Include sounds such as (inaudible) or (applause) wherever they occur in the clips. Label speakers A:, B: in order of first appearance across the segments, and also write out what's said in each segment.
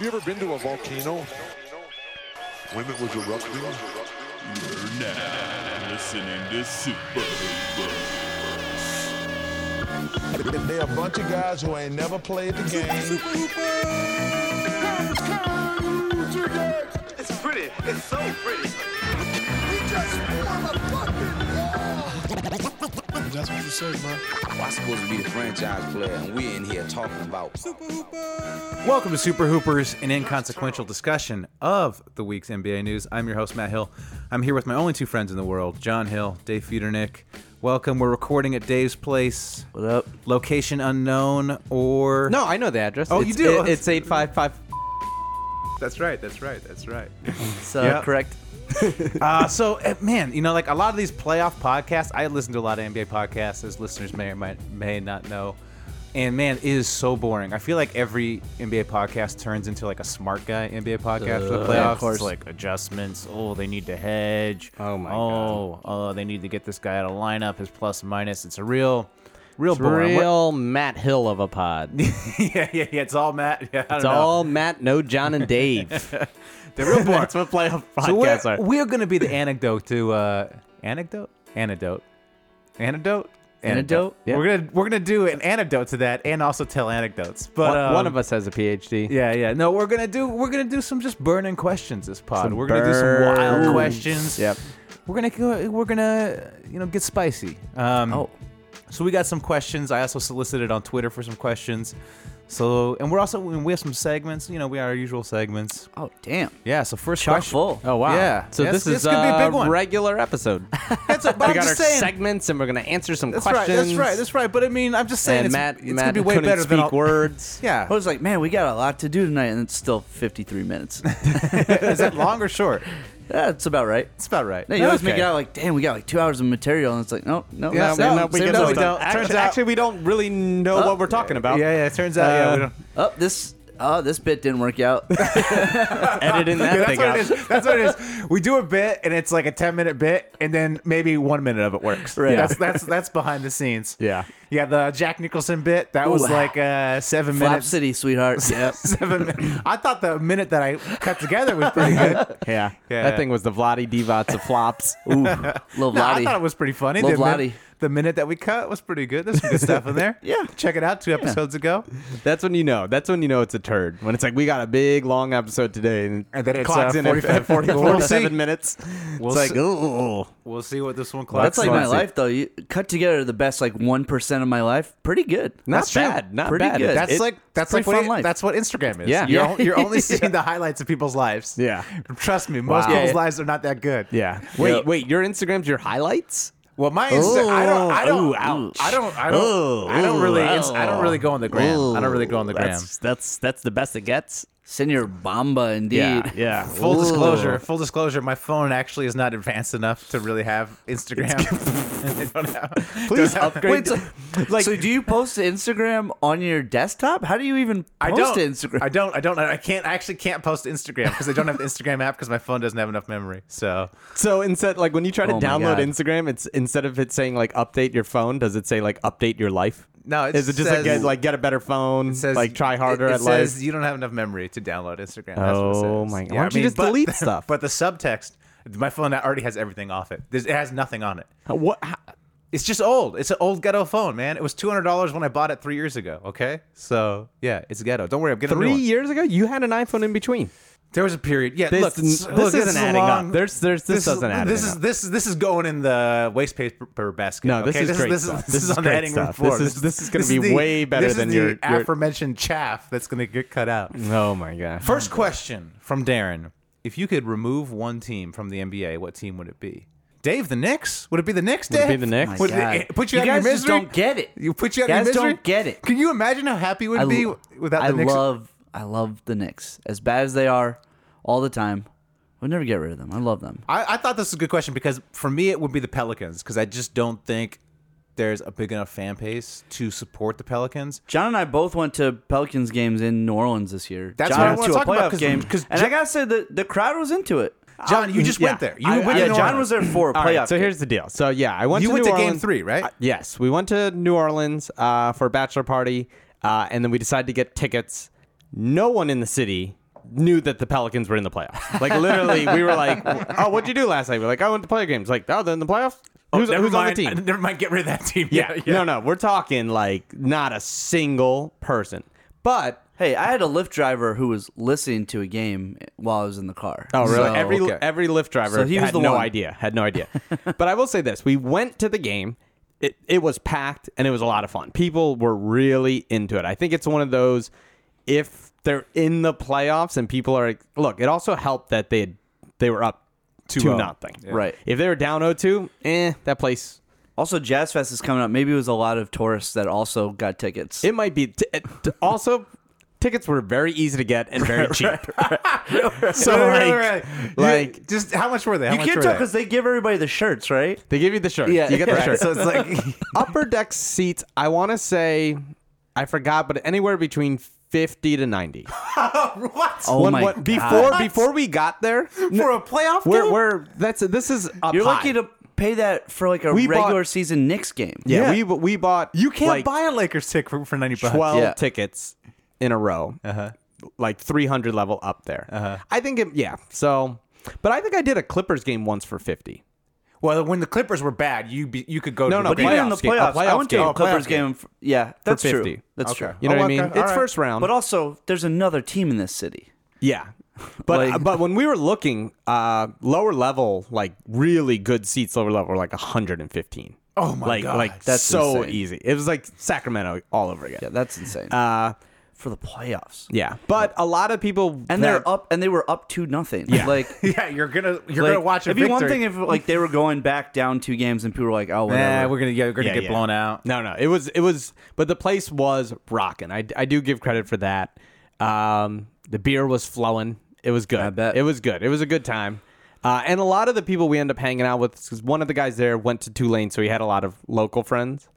A: you ever been to a volcano?
B: When it was erupting?
C: You're now listening to Super Hoopers.
D: They're a bunch of guys who ain't never played the game.
E: It's pretty. It's so pretty.
F: I'm supposed to be the franchise player, and we're in here talking about
G: Welcome to Super Hoopers, an inconsequential discussion of the week's NBA news. I'm your host, Matt Hill. I'm here with my only two friends in the world, John Hill, Dave Feudernick. Welcome. We're recording at Dave's place.
H: What up?
G: Location unknown or.
H: No, I know the address.
G: Oh, you
H: it's,
G: do?
H: it- it's eight five five.
G: That's right. That's right. That's right.
H: (laughs) So
G: Yeah.
H: correct.
G: (laughs) Uh, so, eh, man, you know, like a lot of these playoff podcasts, I listen to a lot of NBA podcasts, as listeners may or might, may not know. And man, it is so boring. I feel like every NBA podcast turns into like a smart guy NBA podcast for the
H: Uh,
G: playoffs.
H: yeah, of
G: It's
H: course.
G: like adjustments. Oh, they need to hedge.
H: Oh, my
G: Oh, oh, they need to get this guy out of lineup. His plus minus. It's a real, real boring.
H: Real Matt Hill of a pod.
G: (laughs)
H: It's
G: yeah, yeah, yeah. It's all Matt. (laughs) Yeah, I don't know.
H: all Matt, no John and Dave.
G: (laughs) They're
H: (laughs)
G: real boring.
H: That's what playoff
G: So we're,
H: podcasts are.
G: we're going to be the anecdote to uh, anecdote, antidote, antidote,
H: Antidote, yeah.
G: We're gonna we're gonna do an antidote to that, and also tell anecdotes. But
H: one,
G: um,
H: one of us has a PhD.
G: yeah, yeah. No, we're gonna do we're gonna do some just burning questions this pod.
H: Some
G: we're gonna do some wild
H: burns.
G: questions.
H: Yep.
G: We're gonna go- we're gonna you know get spicy. Um,
H: Oh.
G: so we got some questions. I also solicited on Twitter for some questions. So and we're also we have some segments. You know we have our usual segments.
H: Oh damn.
G: Yeah. So first
H: Chock
G: question.
H: full. Oh wow.
G: Yeah.
H: So
G: Yes,
H: this is
G: gonna be a big one.
H: regular
G: (laughs)
H: episode.
G: That's what, but
H: we
G: I'm
H: got our
G: just saying.
H: segments, and we're gonna answer some
G: that's right.
H: questions.
G: That's right. That's right. But I mean, I'm just saying.
H: and
G: It's,
H: Matt,
G: it's
H: Matt
G: gonna be way
H: couldn't
G: better
H: speak
G: than all-
H: words.
G: (laughs) Yeah.
I: I was like, man, we got a lot to do tonight, and it's still
G: (laughs)
I: 53 minutes.
G: Is (laughs) that long or short?
I: That's about right.
G: That's about right.
I: No, you always make
G: Okay.
I: it out like, damn, we got like two hours of material, and it's like, no, no,
G: Yeah,
I: no,
G: so-
I: no,
G: no,
I: save
G: we
I: that
G: no,
I: one.
G: we don't. Turns
H: Actually,
G: out- Oh,
H: actually, we don't really know what we're talking about.
G: Yeah, yeah. It turns out, yeah, we
H: Uh,
G: don't.
I: Oh, this, oh, this bit didn't work (laughs) out.
H: Editing that
G: Yeah,
H: thing
G: (laughs) that's what
H: out.
G: it is. (laughs) That's what it is. We do a bit, and it's like a ten minute bit, and then maybe one minute of it works.
H: Right.
G: That's that's that's behind the scenes.
H: Yeah.
G: (laughs) Yeah. The Jack Nicholson bit that was
I: Ooh.
G: like uh, seven
I: Flap
G: minutes.
I: City, sweetheart. (laughs) Yeah.
G: Seven. Min- I thought the minute that I cut together was
I: (laughs)
G: pretty good.
H: (laughs) Yeah.
G: Yeah.
H: That thing was the Vladi Divots of
G: (laughs)
H: flops. Ooh.
I: Lil
G: No, I
I: Lottie.
G: thought it was pretty funny.
I: Lil
G: The, min-
I: Lottie.
G: the minute that we cut was pretty good. There's some good stuff in there.
I: (laughs) Yeah.
G: Check it out. Two episodes ago.
H: (laughs) That's when you know. That's when you know it's a turd. When it's like, we got a big, long episode today. And,
G: And then it's,
H: clocks
G: uh,
H: in at
G: 45
H: at (laughs) 40
G: We'll
H: 47
G: see.
H: minutes.
G: We'll
H: it's
G: see.
H: like, ooh.
G: We'll see what this one
I: That's
G: collects.
I: like my
G: Let's see.
I: life, though. You cut together the best like one percent of my life. Pretty good.
H: Not
I: That's true.
H: bad. Not
I: Pretty
H: bad.
I: Good.
G: That's
H: It-
G: like that's like
I: pretty
G: what
I: fun
G: it-
I: life.
G: that's what Instagram is.
H: Yeah.
G: You're,
H: Yeah.
G: on- you're
I: (laughs)
G: only seeing the highlights of people's lives.
H: Yeah.
G: Trust me, most
H: Wow.
G: people's lives are not that good.
H: Yeah. Wait,
I: Yeah.
H: wait. Your Instagram's your highlights?
G: Well, my Insta- I don't, I don't,
H: Ooh, ouch.
G: I don't, I don't, I don't really, ins- I don't really go on the gram. I don't really go on the gram.
H: That's, that's, that's the best it gets.
I: Senor Bamba, indeed. (laughs)
H: Yeah. Yeah.
G: Full
H: Ooh.
G: disclosure, full disclosure, my phone actually is not advanced enough to really have Instagram. (laughs) I don't
H: (laughs)
G: have-
H: Please
G: don't have-
H: upgrade.
I: Wait, so, (laughs)
H: like,
I: so do you post to Instagram on your desktop? How do you even post
G: I don't.
I: to Instagram?
G: I don't. I don't. I can't. I actually can't post to Instagram because I don't have the Instagram app because my phone doesn't have enough memory. So
H: So instead, like when you try to
I: Oh my
H: download
I: God.
H: Instagram, it's instead of it saying like update your phone, does it say like update your life?
G: No, it
H: is it just
G: says-
H: like get, like get a better phone,
G: says
H: like try harder
G: it, it
H: at
G: says
H: life?
G: you don't have enough memory to download Instagram. That's
H: Oh
G: what it says.
H: my God. Why don't you just
G: but- (laughs)
H: delete stuff?
G: But the subtext, my phone already has everything off it. There's, it has nothing on it.
H: what? How,
G: It's just old. It's an old ghetto phone, man. It was two hundred dollars when I bought it three years ago. Okay, so yeah, it's ghetto. Don't worry, I'm getting a new
H: three
G: one.
H: years ago, you had an iPhone in between.
G: There was a period. Yeah,
H: This-
G: look,
H: this
G: look,
H: isn't
G: is a
H: adding up.
G: long-
H: There's- there's- this
G: is-
H: doesn't add
G: This
H: it
G: is
H: up.
G: this this is going in the waste paper basket.
H: No, this
G: okay?
H: is great
G: This,
H: stuff.
G: is this
H: This
G: is
H: is
G: on the
H: great
G: heading
H: stuff.
G: floor.
H: This is- this is gonna
G: this
H: be
G: the-
H: way better
G: this
H: than
G: is
H: your-
G: the
H: your-
G: aforementioned chaff that's going to get cut out.
H: Oh my god.
G: First question from Darren: If you could remove one team from the NBA, what team would it be? Dave, the Knicks? Would it be the Knicks?
H: Would it
G: Dave?
H: be the Knicks?
G: Would it-
I: God.
G: it put you, out
I: guys
G: of your
I: just
G: misery?
I: don't get it.
G: You put you out
I: guys
G: of your misery.
I: don't get it.
G: Can you imagine how happy we'd
I: I
G: be
I: l-
G: without
I: I
G: the Knicks?
I: love I love the Knicks as bad as they are all the time. We'll never get rid of them. I love them.
G: I, I thought this was a good question because for me it would be the Pelicans because I just don't think there's a big enough fan base to support the Pelicans.
I: John and I both went to Pelicans games in New Orleans this year.
G: That's
I: John
G: what I
I: went
G: wanna
I: to
G: talk
I: a
G: about,
I: playoff
G: 'cause-
I: game,
G: 'cause
I: and
G: Jack-
I: I gotta say the the crowd was into it.
G: John, you just
H: Yeah.
G: went there. You
H: I-
G: went
H: I-
G: to
I: yeah,
G: New
I: John
G: Orleans. (laughs)
I: was there for a
H: All
I: playoff.
H: right, so here's the deal. So yeah, I went.
G: You
H: to
G: went
H: New
G: to game
H: Orleans-
G: three, right?
H: Uh, yes, we went to New Orleans uh, for a bachelor party, uh, and then we decided to get tickets. No one in the city knew that the Pelicans were in the playoffs. Like literally, we were like, (laughs) "Oh, what'd you do last night?" We're like, "I went to player games." Like, "Oh, then the playoffs." who's
G: never
H: who's on the
G: mind. (laughs)
H: team?
G: Never mind. Get rid of that team.
H: yeah, no, no. We're talking like not a single person. But
I: Hey, I had a Lyft driver who was listening to a game while I was in the car.
H: Oh,
I: So-
H: every every Lyft driver
I: So he was
H: had
I: the
H: no
I: one.
H: idea. Had no
I: (laughs)
H: idea. but I will say this: we went to the game. It it was packed and it was a lot of fun. People were really into it. I think it's one of those if they're in the playoffs and people are look. It also helped that they had, they were up two
I: oh.
G: 2-0.
H: nothing.
I: Right.
H: If they were down 0-2, eh, that place
I: Also, Jazz Fest is coming up. Maybe it was a lot of tourists that also got tickets.
H: It might be. T- it- t- (laughs) also, tickets were very easy to get and
I: (laughs)
H: very cheap. (laughs) so
G: Right,
H: like,
G: right, right.
H: like-
G: You- just how much were they? How
I: you
G: much
I: can't
G: were
I: tell
G: they?
I: because they give everybody the shirts, right?
H: they give you the shirt.
I: Yeah.
H: you get the
I: Right.
H: shirt.
G: So it's
I: (laughs)
G: like
H: upper deck seats. I want to say, I forgot, but anywhere between fifty to ninety.
G: what
I: (laughs) Oh
H: One-
I: my
H: one- before
I: God.
H: before we got there,
G: for a playoff
H: we're,
G: game?
H: we're that's this is up
I: You're
H: high.
I: lucky to pay that for like a
H: We bought-
I: regular season Knicks game.
H: yeah, We we bought
G: you can't
H: like,
G: buy a Lakers tick for, for ninety bucks.
H: 12
I: Yeah. Uh-huh.
H: tickets in a row. Like 300 level up there. I think it, yeah. So, but I think I did a Clippers game once for 50.
G: Well, when the Clippers were bad, you be, you could go.
H: No,
G: to
H: no,
G: the
I: But even in the
H: Playoffs game. A
I: playoffs, I
H: playoff
I: went
H: game.
I: to
H: Oh,
I: a Clippers
H: playoff
I: game. f- yeah, that's true.
H: 50.
I: That's
G: Okay.
I: true.
H: You know
G: Oh,
H: what
G: okay.
H: I mean?
G: All
H: It's
G: right.
H: first round.
I: But also, there's another team in this city.
H: yeah. (laughs) But uh,
I: Like-
H: but when we were looking, uh, lower level, like really good seats, lower level were like 115.
G: Oh my
H: like,
G: God.
H: Like
I: That's
H: so
I: insane.
H: easy. It was like Sacramento all over again.
I: Yeah, that's insane.
H: uh,
I: for the playoffs.
H: yeah. But a lot of people that-
I: And they're up and they were up to nothing.
H: Yeah.
I: Like
G: yeah, you're gonna you're
I: like,
G: gonna watch a
I: It'd be one
G: victory.
I: thing if like they were going back down two games and people were like, "Oh, whatever."
G: Nah, we're gonna yeah, we're gonna
H: Yeah,
G: get
H: yeah.
G: blown out.
H: No, no, it was it was, but the place was rocking. I, I do give credit for that. Um, the beer was flowing. It was good. I
I: bet.
H: it was good. It was a good time. Uh, and a lot of the people we end up hanging out with, because one of the guys there went to Tulane, so he had a lot of local friends.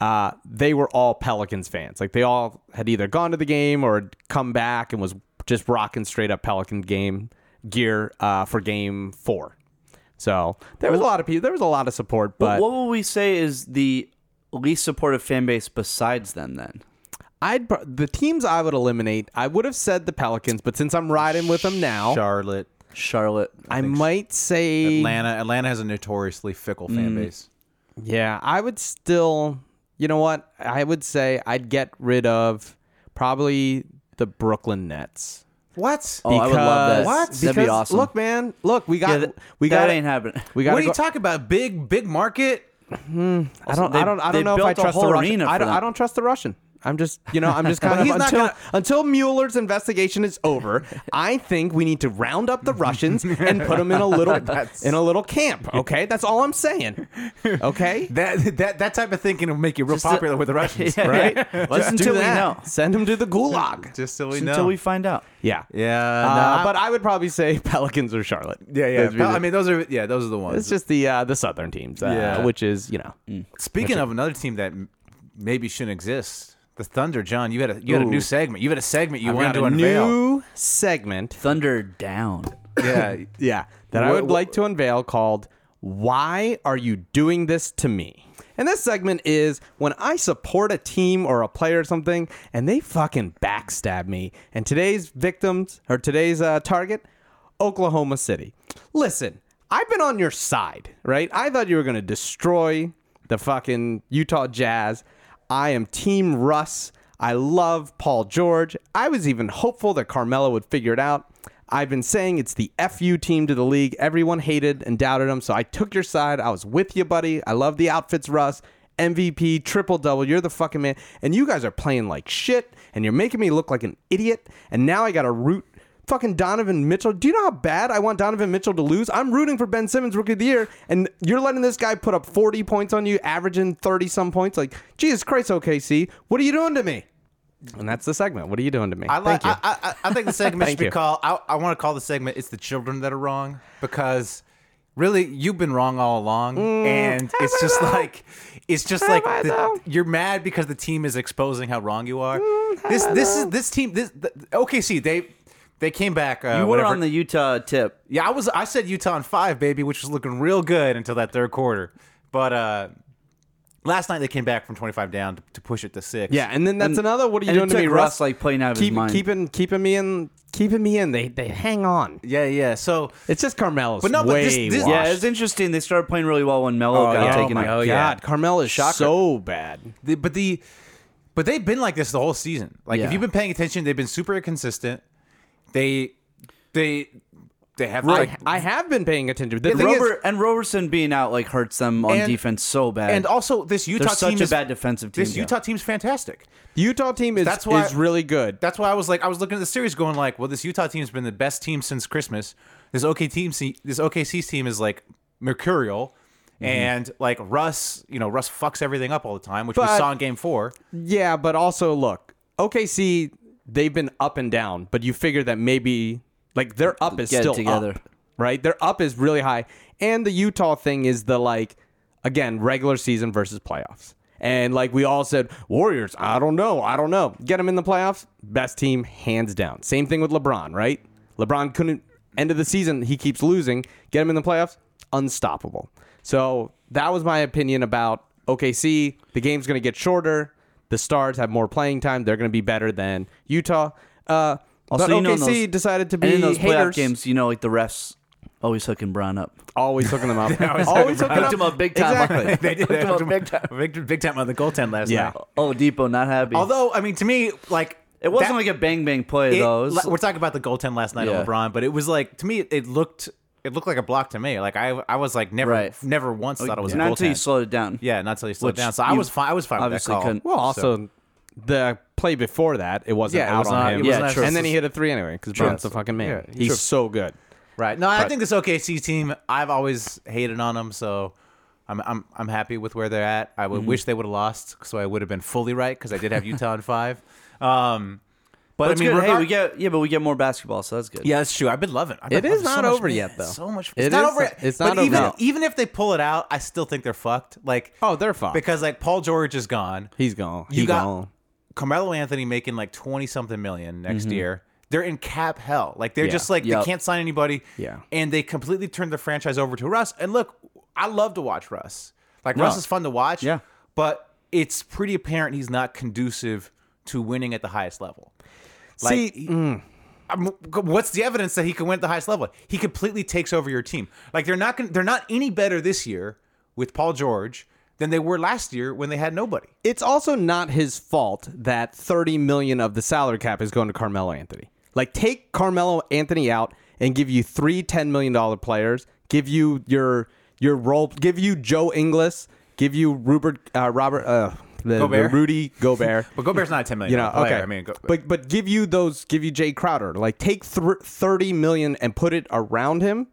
H: Uh, they were all Pelicans fans. Like they all had either gone to the game or had come back and was just rocking straight up Pelican game gear uh, for game four. So there was a lot of people. There was a lot of support, but
I: What, what will we say is the least supportive fan base besides them? Then
H: I'd pro- the teams I would eliminate. I would have said the Pelicans, but since I'm riding with them now,
G: Charlotte,
I: Charlotte,
H: I might say
G: Atlanta. Atlanta has a notoriously fickle
I: Mm.
G: fan base.
H: Yeah, I would still. You know what? I would say I'd get rid of probably the Brooklyn Nets.
G: What?
I: Oh, I would love that.
H: Because-
I: What?
H: Because,
I: That'd be awesome.
H: Look, man. Look, we got
I: yeah, that,
H: we
I: that
H: got
I: ain't happening.
H: We got.
G: what are you talking about? Big big market.
H: I don't.
I: They-
H: I don't. I
I: they
H: don't know if I
I: built a
H: trust the
I: whole
H: Russian.
I: arena
H: I
I: for
H: don't. I
I: them.
H: don't trust the Russian. I'm just. You know.
G: (laughs)
H: I'm just kind of
G: he's not
H: until
G: gonna-
H: (laughs) until Mueller's investigation is over. I think we need to round up the Russians and put them
G: (laughs)
H: in a little in a little camp. Okay, that's all I'm saying. Okay.
G: (laughs) That that that type of thinking will make you real
I: Just to-
G: popular with the Russians,
I: Yeah,
G: right?
I: Just
H: Do
I: until we
H: that.
I: know.
H: Send them to the gulag.
G: Just so we
I: Just
G: know.
I: Until we find out.
H: Yeah.
G: yeah,
H: Uh,
G: nah,
H: but I would probably say (laughs) Pelicans or Charlotte.
G: yeah, yeah.
H: Those would be
G: Pel-
H: the-
G: I mean, those are yeah, those are the ones.
H: it's just the uh, the Southern teams, uh,
G: Yeah. Mm.
H: which is you know.
G: Speaking of another team that m- maybe shouldn't exist, the Thunder, John. You had a you had a new segment. You had a segment you wanted
H: got
G: to
H: a
G: unveil.
H: new segment
I: Thunder down.
G: Uh, (laughs) yeah,
H: Yeah, that I
G: Wha-
H: would
G: wha-
H: like to unveil called Why Are You Doing This to Me? And this segment is when I support a team or a player or something and they fucking backstab me. And today's victims or today's uh, target, Oklahoma City. Listen, I've been on your side, right? I thought you were going to destroy the fucking Utah Jazz. I am Team Russ. I love Paul George. I was even hopeful that Carmelo would figure it out. I've been saying it's the FU team to the league. Everyone hated and doubted him, so I took your side. I was with you, buddy. I love the outfits, Russ. MVP, triple double. You're the fucking man. And you guys are playing like shit, and you're making me look like an idiot. And now I got to root fucking Donovan Mitchell. Do you know how bad I want Donovan Mitchell to lose? I'm rooting for Ben Simmons rookie of the year, and you're letting this guy put up 40 points on you, averaging 30 some points. Like, Jesus Christ, OKC, what are you doing to me? And that's the segment. What are you doing to me?
G: I like.
H: Thank you.
G: I, I, I- I think the segment should
H: Thank
G: be
H: you.
G: called. I, I want to call the segment "It's the Children That Are Wrong" because really you've been wrong all along, and it's just like it's just like
H: I
G: the-
H: though?
G: you're mad because the team is exposing how wrong you are. this this is this team. This the, OKC they they came back. Uh,
I: You were
G: whatever.
I: on the Utah tip.
G: yeah. I was I said Utah in five baby, which was looking real good until that third quarter, but. uh Last night they came back from 25 down to, to push it to six.
H: Yeah, and then that's another. What are you
I: and it
H: doing to
I: took
H: me,
I: Russ,
H: Russ?
I: like, playing out of his
H: Keep-
I: mind.
H: keeping keeping me in keeping me in. They they hang on.
G: Yeah, yeah. So
H: It's just Carmelo's
G: But no, but
H: way
G: this- this-
H: washed.
I: Yeah, it's interesting. They started playing really well when Melo got
H: yeah.
I: taken
H: oh my
I: out.
H: god, Carmel is
G: Shocker.
H: so bad.
G: The, but the but they've been like this the whole season. Like
I: Yeah.
G: if you've been paying attention, they've been super inconsistent. They they they have
H: I,
G: like
H: I have been paying attention. The
G: The thing is-
H: Robert-
I: Robert, and Robertson being out like hurts them on
G: And-
I: defense so bad.
G: and also this Utah
I: such
G: team
I: a
G: is
I: bad defensive team,
G: This
I: yeah.
G: Utah team's fantastic.
H: the Utah team is
G: That's why-
H: is really good.
G: That's why I was like I was looking at the series going like, well, this Utah team's been the best team since Christmas. This OK team this OKC team is like mercurial.
I: Mm-hmm.
G: And like Russ, you know, Russ fucks everything up all the time, which
H: But-
G: we saw in game
I: (laughs)
G: four.
H: Yeah, but also look, OKC they've been up and down, but you figure that maybe like their up is
I: Get it
H: still
I: together.
H: up, right? Their up is really high, and the Utah thing is the like again regular season versus playoffs. And like we all said, Warriors, I don't know, I don't know. Get them in the playoffs, best team hands down. Same thing with LeBron, right? LeBron couldn't end of the season, he keeps losing. Get him in the playoffs, unstoppable. So that was my opinion about OKC. The game's going to get shorter. The Stars have more playing time. They're going to be better than Utah. Uh,
I: also,
H: but
I: you know, in
H: OKC
I: those-
H: decided to be
I: and in those
H: haters.
I: playoff games, you know, like the refs always hooking Braun up.
H: Always hooking them (laughs) up.
G: always
H: always,
G: hooking
H: hooking
I: Hooked him up big time. (laughs)
H: Exactly.
G: they did that big time, big, big time on the goaltend last
H: Yeah.
G: night.
I: Oh, Depot not happy.
G: Although, I mean, to me, like
I: it wasn't
G: that-
I: like a bang bang play
G: it-
I: though. It was-
G: le- we're talking about the goaltend last night
I: Yeah.
G: on LeBron, but it was like to me, it, it looked it looked like a block to me. Like I, I was like never,
I: Right.
G: never once thought it was
I: not
G: a
I: until you
G: goaltend.
I: slowed it down.
G: yeah, not until you slowed
I: Which
G: down. So I
I: you
G: was fine. I was fine with that
I: obviously
G: call.
I: couldn't-
H: Well, also the play before that, it wasn't
G: Yeah, it
H: out
G: was
H: on
G: not-
H: him.
G: it was Yeah,
I: not- true.
H: and then he hit a three anyway because Brown's the fucking man.
G: Yeah,
H: He's
G: true.
H: so good.
G: right? No, I think this OKC team. I've always hated on them, so. I'm, I'm, I'm happy with where they're at. I would wish they would have lost, so I would have been fully right because I did have Utah in (laughs) five. Um, but
I: That's
G: I mean,
I: good. hey,
G: regard-
I: we get yeah, but we get more basketball, so that's good.
G: Yeah, that's true. I've been loving. I've
H: It
G: been
H: is
G: loving so
H: not
G: much-
H: over yet,
G: man,
H: though.
G: So much.
H: It
G: It's not
H: is-
G: over. yet.
H: it's
G: But
H: not over
G: Even
H: yet.
G: even if they pull it out, I still think they're fucked. Like
H: Oh, they're fucked.
G: because like Paul George is gone.
H: He's gone.
G: You
H: He
G: got
H: gone.
G: Carmelo Anthony making like twenty something million next year. They're in cap hell. Like they're
H: Mm-hmm. Yeah.
G: just like
I: Yep.
G: they can't sign anybody.
H: Yeah.
G: and they completely turned the franchise over to Russ. And look, I love to watch Russ. Like Russ is fun to watch.
I: Yeah.
G: but it's pretty apparent he's not conducive to winning at the highest level.
H: See, mm.
G: I'm- what's the evidence that he can win at the highest level? He completely takes over your team. Like they're not gonna, they're not any better this year with Paul George than they were last year when they had nobody.
H: it's also not his fault that 30 million of the salary cap is going to Carmelo Anthony. Like take Carmelo Anthony out and give you three 10 million dollar players, give you your your role, give you Joe Inglis, give you Rupert uh, Robert uh the,
G: Gobert.
H: the Rudy (laughs) Gobert.
G: But Gobert's not a ten million.
H: you know,
G: dollar player.
H: okay.
G: I mean, go,
H: but but give you those, give you Jay Crowder. Like take thr 30 million and put it around him,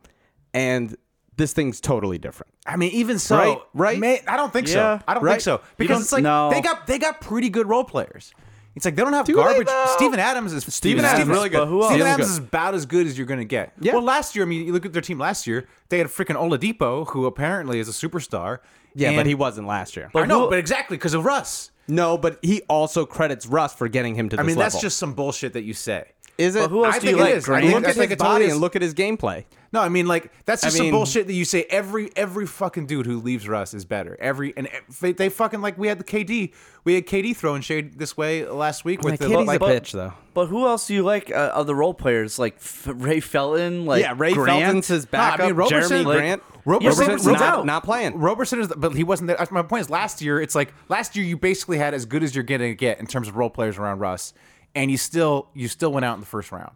H: and this thing's totally different.
G: I mean, even so,
H: Right, right?
G: may- I don't think
I: Yeah.
G: so. I don't
H: Right.
G: think so
H: You
G: because
I: don't-
G: it's like
I: no.
G: they got they got pretty good role players. It's like they don't have
H: they,
G: garbage.
H: though?
G: Steven Adams is
H: Steven Adams is really good.
I: But who else?
G: Steven
H: Steven's
G: Adams
H: good.
G: is about as good as you're going to get.
H: Yeah.
G: Well, last year, I mean, you look at their team last year. They had freaking Oladipo, who apparently is a superstar.
H: Yeah, but
G: and-
H: he wasn't last year.
G: I know,
I: who-
G: but exactly because of Russ.
H: No, but he also credits Russ for getting him to this
G: I mean,
H: level.
G: that's just some bullshit that you say.
H: is it?
I: But who else
G: I
I: do
G: think
I: you
G: it
I: like?
G: is. I
I: Grant?
G: think-
H: look at
G: think
H: his
G: it's all
H: body
G: his-
H: and look at his gameplay.
G: No, I mean, like that's just
H: mean-
G: some bullshit that you say. Every every fucking dude who leaves Russ is better. Every and ev- they, they fucking like we had the KD, we had KD throwing shade this way last week with
H: Like,
G: the
H: KD's
G: like,
H: a bitch though.
I: But who else do you like uh, of the role players? Like F- Ray Felton, like
H: Yeah, Ray
I: Grant?
H: Felton's his backup.
G: No, I mean, Roberson,
H: Jeremy
G: like-
H: Grant.
G: Roberson-
H: Roberson's
G: Roberson-
H: not,
I: out.
H: not playing.
G: Roberson is, but he wasn't there. That's My point is, last year it's like last year you basically had as good as you're going to get in terms of role players around Russ, and you still you still went out in the first round.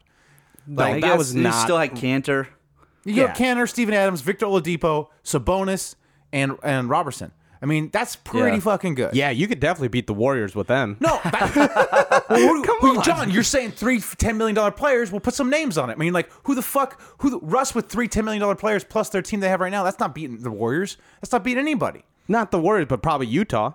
H: No,
I: I
H: that
I: guess
H: was
I: you
H: not.
I: still had Cantor.
G: You
H: Yeah.
G: got Canner, Steven Adams, Victor Oladipo, Sabonis, and and Robertson. I mean, that's pretty
I: Yeah.
G: fucking good.
H: yeah, you could definitely beat the Warriors with them.
G: No,
I: (laughs)
G: that, Well, who do-
H: Come
G: who-
H: on.
G: John, you're saying three $10 million players. We'll put some names on it. I mean, like, who the fuck, who the, Russ with three $10 million players plus their team they have right now, that's not beating the Warriors. That's not beating anybody.
H: not the Warriors, but probably Utah.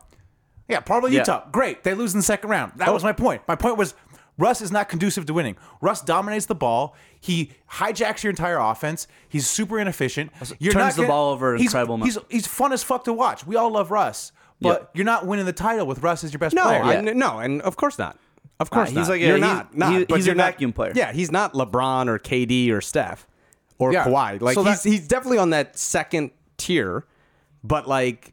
G: Yeah, probably
I: Yeah. Oh.
G: Utah. Great. They lose in the second round. That was my point. My point was Russ is not conducive to winning. Russ dominates the ball. He hijacks your entire offense. He's super inefficient. You're
I: turns
G: not
I: the
G: gonna-
I: ball over an
G: He's,
I: incredible amount.
G: he's, he's fun as fuck to watch. We all love Russ, but
I: Yeah.
G: you're not winning the title with Russ as your best
H: No,
G: player.
H: I, no, and of course not. Of course
I: he's
H: not.
I: like a-
H: you're
I: he's-
H: not. not,
I: he-
H: but
I: he's a
H: you're not-
I: vacuum player.
H: Yeah, he's not LeBron or KD or Steph or
G: Yeah.
H: Kawhi. Like
G: So
H: he's
G: that-
H: he's definitely on that second tier, but like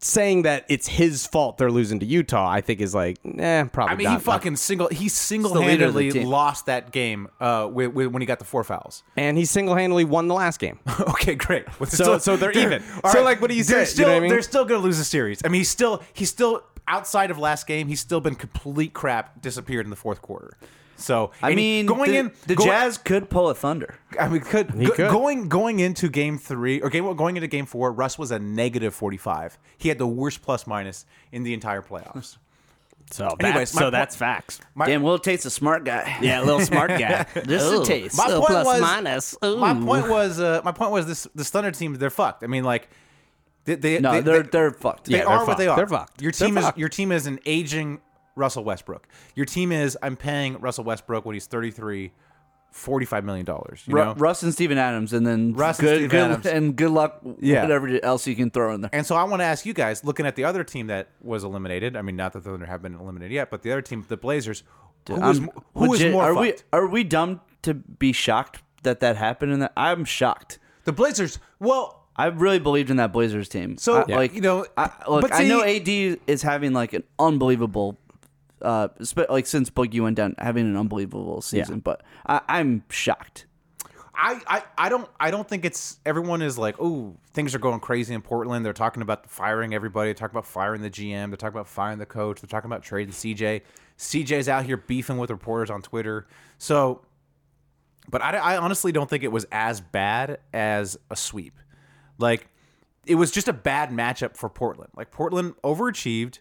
H: saying that it's his fault they're losing to Utah, I think is like, eh, probably.
G: I mean,
H: not.
G: he fucking single he
I: the leader of the
G: single-handedly
I: team.
G: lost that game uh, wi- wi- when he got the four
H: (laughs)
G: fouls.
H: and he single handedly won the last game.
G: okay, great. With-
H: So- so
G: (laughs)
H: they're even.
G: all
H: So, like, what do you
G: they're
H: say? You
G: Still,
H: know what I mean?
G: They're still gonna lose the series. I mean, he's still he's still outside of last game. He's still been complete crap. Disappeared in the fourth quarter. So
I: I
G: and he-
I: mean,
G: going
I: the,
G: in
I: the
G: going-
I: Jazz could pull a thunder.
G: I mean, could, go-
H: could.
G: going going into game three or game well, going into game four, Russ was a negative forty five. He had the worst plus minus in the entire playoffs.
H: (laughs) So, that,
G: Anyways, my
H: so
G: point-
H: that's facts.
I: Damn, Will Tate's a
G: (laughs)
I: smart guy.
H: Yeah, little smart
I: (laughs)
H: guy.
I: Just a taste.
G: My point was
H: minus.
G: my point was uh, my point was this this Thunder team they're fucked. I mean, like they, they
I: No,
G: they,
I: they're
G: they-
I: they're fucked.
G: they
H: Yeah,
G: are
H: they're
G: what they
H: fucked.
G: are.
H: They're fucked.
G: Your
H: They're
G: team is
H: fucked.
G: your team is an aging Russell Westbrook. Your team is I'm paying Russell Westbrook when he's 33 45 million dollars, you
I: Ru-
G: know?
I: Russ and Steven Adams, and then
G: Russ and
I: good,
G: Steven
I: good,
G: Adams.
I: and good luck.
G: Yeah.
I: whatever else you can throw in there.
G: and so I want to ask you guys, looking at the other team that was eliminated, I mean not that the Thunder have been eliminated yet, but the other team, the Blazers, who is
I: I'm
G: mo- who is
I: legit-
G: more
I: are
G: fucked?
I: we are we dumb to be shocked that that happened? And that I'm shocked.
G: the Blazers. Well,
I: I really believed in that Blazers team.
G: So,
I: I- like
G: you know,
I: I, look,
G: but
I: I know
G: see-
I: AD is having like an unbelievable, uh, spe- like since Boogie went down, having an unbelievable season. But I, I'm shocked.
G: I, I, I don't I don't think it's everyone is like oh things are going crazy in Portland they're talking about firing everybody they're talking about firing the GM they're talking about firing the coach they're talking about trading CJ CJ's out here beefing with reporters on Twitter so but I, I honestly don't think it was as bad as a sweep like it was just a bad matchup for Portland like Portland overachieved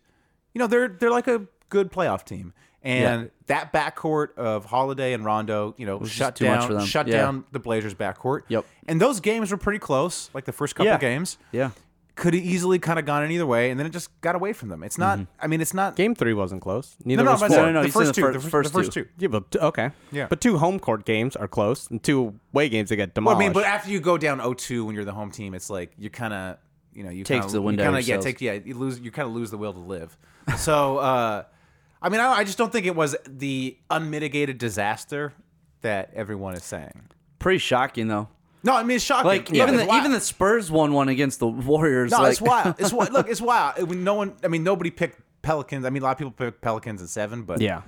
G: you know they're they're like a good playoff team and that backcourt of Holiday and Rondo you know
I: just
G: shut
I: too much
G: down
I: for them.
G: shut
I: Yeah.
G: down the Blazers' backcourt.
I: Yep.
G: And those games were pretty close, like the first couple
H: Yeah.
G: games.
I: Yeah.
G: Could have easily kind of gone in either way, and then it just got away from them. It's not.
I: Mm-hmm.
G: I mean, it's not.
H: Game three wasn't close.
G: (laughs)
H: Neither
G: no, no,
H: was
G: but
H: four.
I: No, no,
G: the
I: he's saying
G: first
I: the
G: two,
I: fir-
G: the fir-
I: first
G: the first
I: two.
G: two.
H: Yeah, but t- okay.
G: Yeah.
H: But two home court games are close, and two away games that get
G: Well,
H: demolished.
G: I mean, but after you go down 0-2 when you're the home team, it's like you kind of, you know, you
I: Takes
G: kinda,
I: the wind
G: you
I: out
G: kinda,
I: of
G: yeah,
I: yourselves.
G: take yeah, you lose, you kind of lose the will to live. So, uh, I mean, I, I just don't think it was the unmitigated disaster that everyone is saying.
I: Pretty shocking though.
G: No, I mean, it's shocking.
I: Like
G: Look,
I: even
G: it's
I: the,
G: wild.
I: even the Spurs won one against the Warriors.
G: No,
I: like,
G: it's
H: (laughs)
I: (laughs)
G: wild. It's wild. Look, it's wild. It- when no one, I mean, nobody picked Pelicans. I mean, a lot of people picked Pelicans in seven, but
H: Yeah.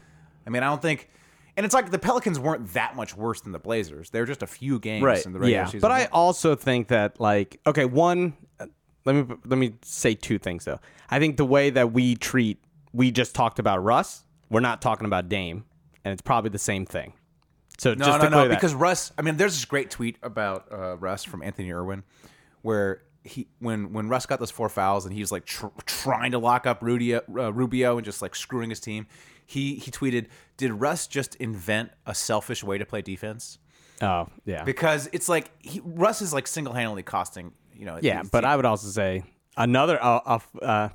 G: I mean, I don't think. And it's like the Pelicans weren't that much worse than the Blazers. They were just a few games
I: Right.
G: in the regular
H: yeah,
G: season.
H: but I also think that like okay, one, uh, let me let me say two things though. I think the way that we treat we just talked about Russ, we're not talking about Dame, and it's probably the same thing. So
G: no,
H: just
G: no,
H: to clear
G: no,
H: that.
G: because Russ. I mean, there's this great tweet about uh, Russ from Anthony Irwin, where he when when Russ got those four fouls and he was like tr- trying to lock up Rudy, uh, Rubio and just like screwing his team. He he tweeted, "Did Russ just invent a selfish way to play defense?"
H: oh yeah,
G: because it's like he, Russ is like single handedly costing you know.
H: yeah.
G: these
H: But
G: teams.
H: I would also say another uh, a f- uh,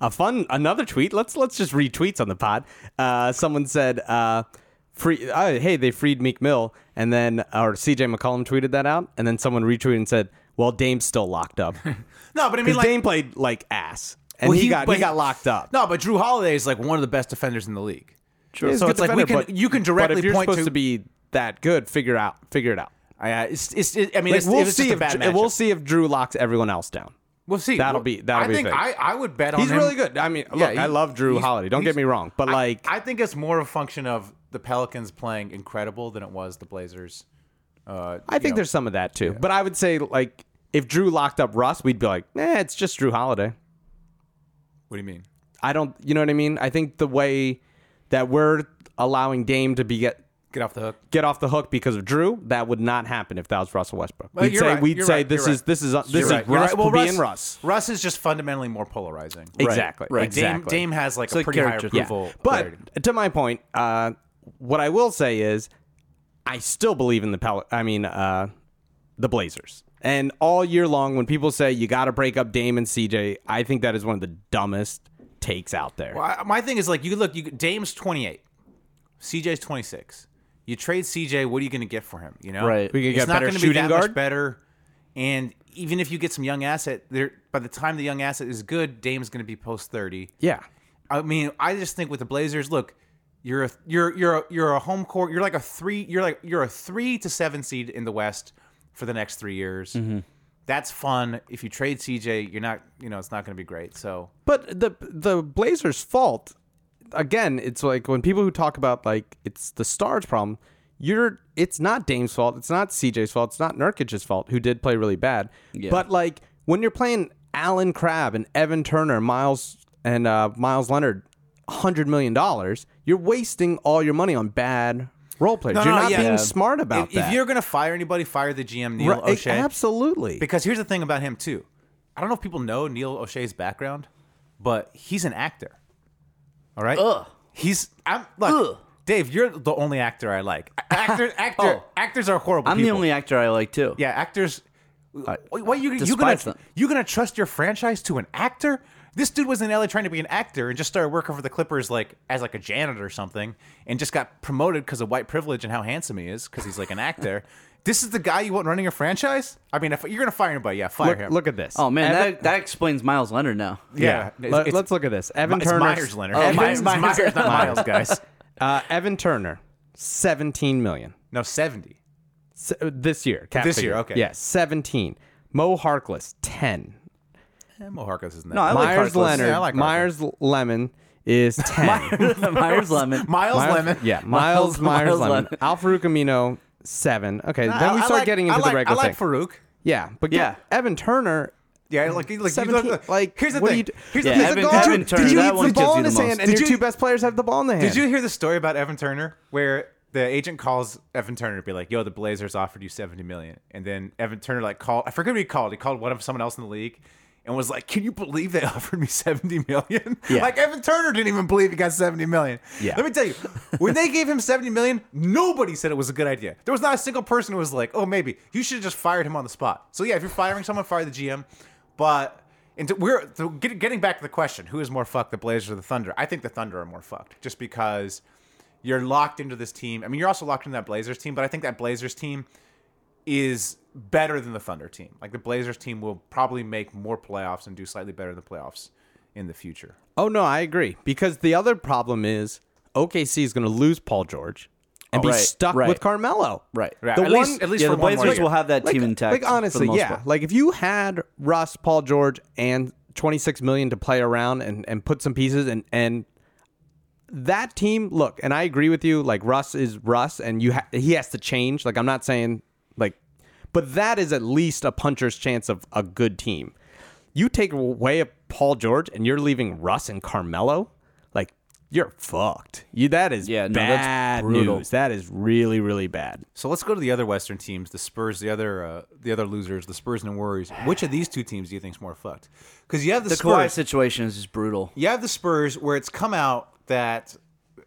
H: a fun another tweet. Let's let's just retweets on the pod. Uh, someone said. Uh, Free, uh, hey, they freed Meek Mill, and then or CJ McCollum tweeted that out, and then someone retweeted and said, "Well, Dame's still locked up."
G: no, but (laughs) I mean
H: Because
G: like
H: Dame played like ass, and
G: well,
H: he, got
G: but
H: he got locked up.
G: No, but Drew Holiday is like one of the best defenders in the league. True.
H: so it's like
G: we
H: weird,
G: can
H: but,
G: you can
H: but
G: directly
H: if you're
G: point
H: supposed to, be that good. Figure out, figure it out.
G: I, uh, it's, it's, it, I mean,
H: Like,
G: it's,
H: we'll
G: it's
H: see
G: just
H: if
G: a bad
H: Dr- we'll
G: matchup.
H: see if Drew locks everyone else down.
G: We'll see.
H: that'll
G: Well,
H: be- that'll
G: I
H: be
G: think
H: the thing.
G: I, I would bet on
H: He's
G: him.
H: really good. I mean, look,
G: he-
H: I love Drew
G: he's-
H: Holiday. Don't
G: he's-
H: get me wrong, but
G: I-
H: like,
G: I think it's more a function of the Pelicans playing incredible than it was the Blazers. Uh,
H: I think there's some of that too. But I would say like if Drew locked up Russ, we'd be like, nah, it's just Drew Holiday.
G: what do you mean?
H: I don't, you know what I mean? I think the way that we're allowing Dame to be get
G: Get off the hook.
H: get off the hook because of Drew, that would not happen if that was Russell Westbrook.
G: Well,
H: we'd
G: you're
H: say
G: right,
H: we'd
G: you're
H: say
G: right,
H: this
G: you're
H: is
G: right.
H: this is uh, this is
G: You're right, you're
H: Russ
G: right. Well, Russ.
H: being Russ.
G: Russ is just fundamentally more polarizing.
H: Exactly.
G: Like
H: Exactly.
G: Dame, Dame has like a
I: like
G: pretty high
I: caricature. Yeah.
G: approval.
H: But
G: rating.
H: to my point, uh, what I will say is, I still believe in the Pel- I mean, uh, the Blazers. And all year long, when people say you got to break up Dame and CJ, I think that is one of the dumbest takes out there.
G: Well, I- my thing is like you look. You, Dame's twenty eight, CJ's twenty six. You trade CJ, what are you going to get for him? You know,
I: Right. We
H: could get
G: it's not
H: better
G: going to be
H: shooting
G: that
H: guard.
G: much better. And even if you get some young asset, there by the time the young asset is good, Dame's going to be post thirty.
H: Yeah,
G: I mean, I just think with the Blazers, look, you're a you're you're a, you're a home court. You're like
H: Mm-hmm.
G: a three. You're like you're a three to seven seed in the West for the next three years. That's fun. If you trade CJ, you're not, you know, it's not going to be great. So
H: But the the Blazers' fault again. It's like when people who talk about like it's the stars' problem. You're it's not Dame's fault. It's not CJ's fault. It's not Nurkic's fault. Who did play really bad. But like when you're playing Alan Crabb and Evan Turner, Miles and uh, Miles Leonard, hundred million dollars, you're wasting all your money on bad role players. you're not being smart about
G: if,
H: that.
G: If you're going to fire anybody, fire the GM Neil
H: Right,
G: O'Shea.
H: absolutely.
G: Because here's the thing about him too. I don't know if people know Neil O'Shea's background, but he's an actor. All right. Ugh. He's I'm look,
I: Ugh.
G: Dave. You're the only actor I
I: (laughs)
G: like. Actors, actor,
I: Oh.
G: actors are horrible.
I: I'm the
G: people.
I: only actor I like too.
G: Yeah, actors. Wait, what you you gonna
I: despise them.
G: you gonna trust your franchise to an actor? This dude was in LA trying to be an actor and just started working for the Clippers like as like a janitor or something, and just got promoted because of white privilege and how handsome he is because he's like an
H: (laughs)
G: actor. This is the guy you want running your franchise? I mean, if you're gonna fire anybody, yeah, fire
H: look,
G: him.
H: look at this.
I: Oh man,
H: Evan-
I: that, that explains Miles
G: (laughs)
I: Leonard now.
G: yeah,
H: Let-
G: It's-
H: let's look at this. Evan
G: it's
H: Turner.
G: Myers Leonard.
I: Oh,
G: It's
I: Myers-
G: Myers,
I: Myers.
G: not Miles,
H: (laughs)
G: guys.
H: Uh, Evan Turner, seventeen million
G: No, seventy.
H: S- uh, this year. Cap
G: This
H: figure.
G: year, okay.
H: Yeah, seventeen. Mo Harkless, ten.
G: Eh, Mo Harkless isn't that.
I: No, I like
H: Myers
I: Harkless.
H: Leonard.
G: Yeah, I like Harkless.
H: Myers Lemon is ten.
I: (laughs) Myers Lemon.
G: (laughs) Miles,
H: Myers-
G: Lemon.
H: Yeah, Miles
I: Miles-
H: Myers
I: Miles
H: Lemon.
I: Lemon.
H: Alfaru Camino, seven. Okay, then we
G: I- I
H: start
G: like-
H: getting into
G: I like,
H: the regular
G: I like
H: thing.
G: Farouk.
H: yeah, but
I: Yeah.
H: get- Evan Turner.
G: Yeah, like, like,
H: Seventeen.
G: like,
H: like,
G: here's the
H: what do
G: thing.
H: you do-
G: Here's the
I: Yeah,
G: thing.
H: He's a
I: Evan-
H: guard.
I: Evan Turner,
H: Did you
I: that
H: eat
I: one
H: the
I: gives
H: ball
I: you
H: in
I: the
H: his
I: most.
H: hand, and
G: Did
H: your
G: you-
H: two best players have the ball in the hand?
G: Did you hear the story about Evan Turner where the agent calls Evan Turner to be like, "Yo, the Blazers offered you seventy million. and then Evan Turner like called. I forget who he called. He called one of someone else in the league. And was like, can you believe they (laughs) offered me seventy million?
H: Yeah.
G: like Evan Turner didn't even believe he got seventy million.
H: Yeah.
G: Let me tell you, when they gave him seventy million, nobody said it was a good idea. There was not a single person who was like, oh, maybe you should have just fired him on the spot. So yeah, if you're firing someone, fire the GM. But into, we're so get, getting back to the question: Who is more fucked, the Blazers or the Thunder? I think the Thunder are more fucked, just because you're locked into this team. I mean, you're also locked into that Blazers team, but I think that Blazers team is better than the Thunder team. Like the Blazers team will probably make more playoffs and do slightly better in the playoffs in the future.
H: Oh no, I agree. Because the other problem is OKC is going to lose Paul George and be
I: right,
H: stuck
I: right.
H: with Carmelo.
I: Right.
G: Right.
H: The
G: at
H: one-
G: least, at least
I: yeah,
G: for
I: the
G: one more
I: Blazers
G: year.
I: will have that
H: Like,
I: team intact.
H: like
I: for
H: honestly,
I: the most
H: yeah.
I: part.
H: Like if you had Russ, Paul George, and twenty six million to play around and and put some pieces and and that team look and I agree with you. Like Russ is Russ, and you ha- he has to change. Like I'm not saying like, but that is at least a puncher's chance of a good team. You take away Paul George, and you're leaving Russ and Carmelo. Like you're fucked. You that is
I: Yeah, no, that's
H: bad
I: brutal.
H: news. That is really really bad.
G: So let's go to the other Western teams, the Spurs, the other uh, the other losers, the Spurs and the Warriors. Which of these two teams do you think is more fucked? Because you have the,
I: the
G: Spurs.
I: Kawhi situation is just brutal.
G: You have the Spurs, where it's come out that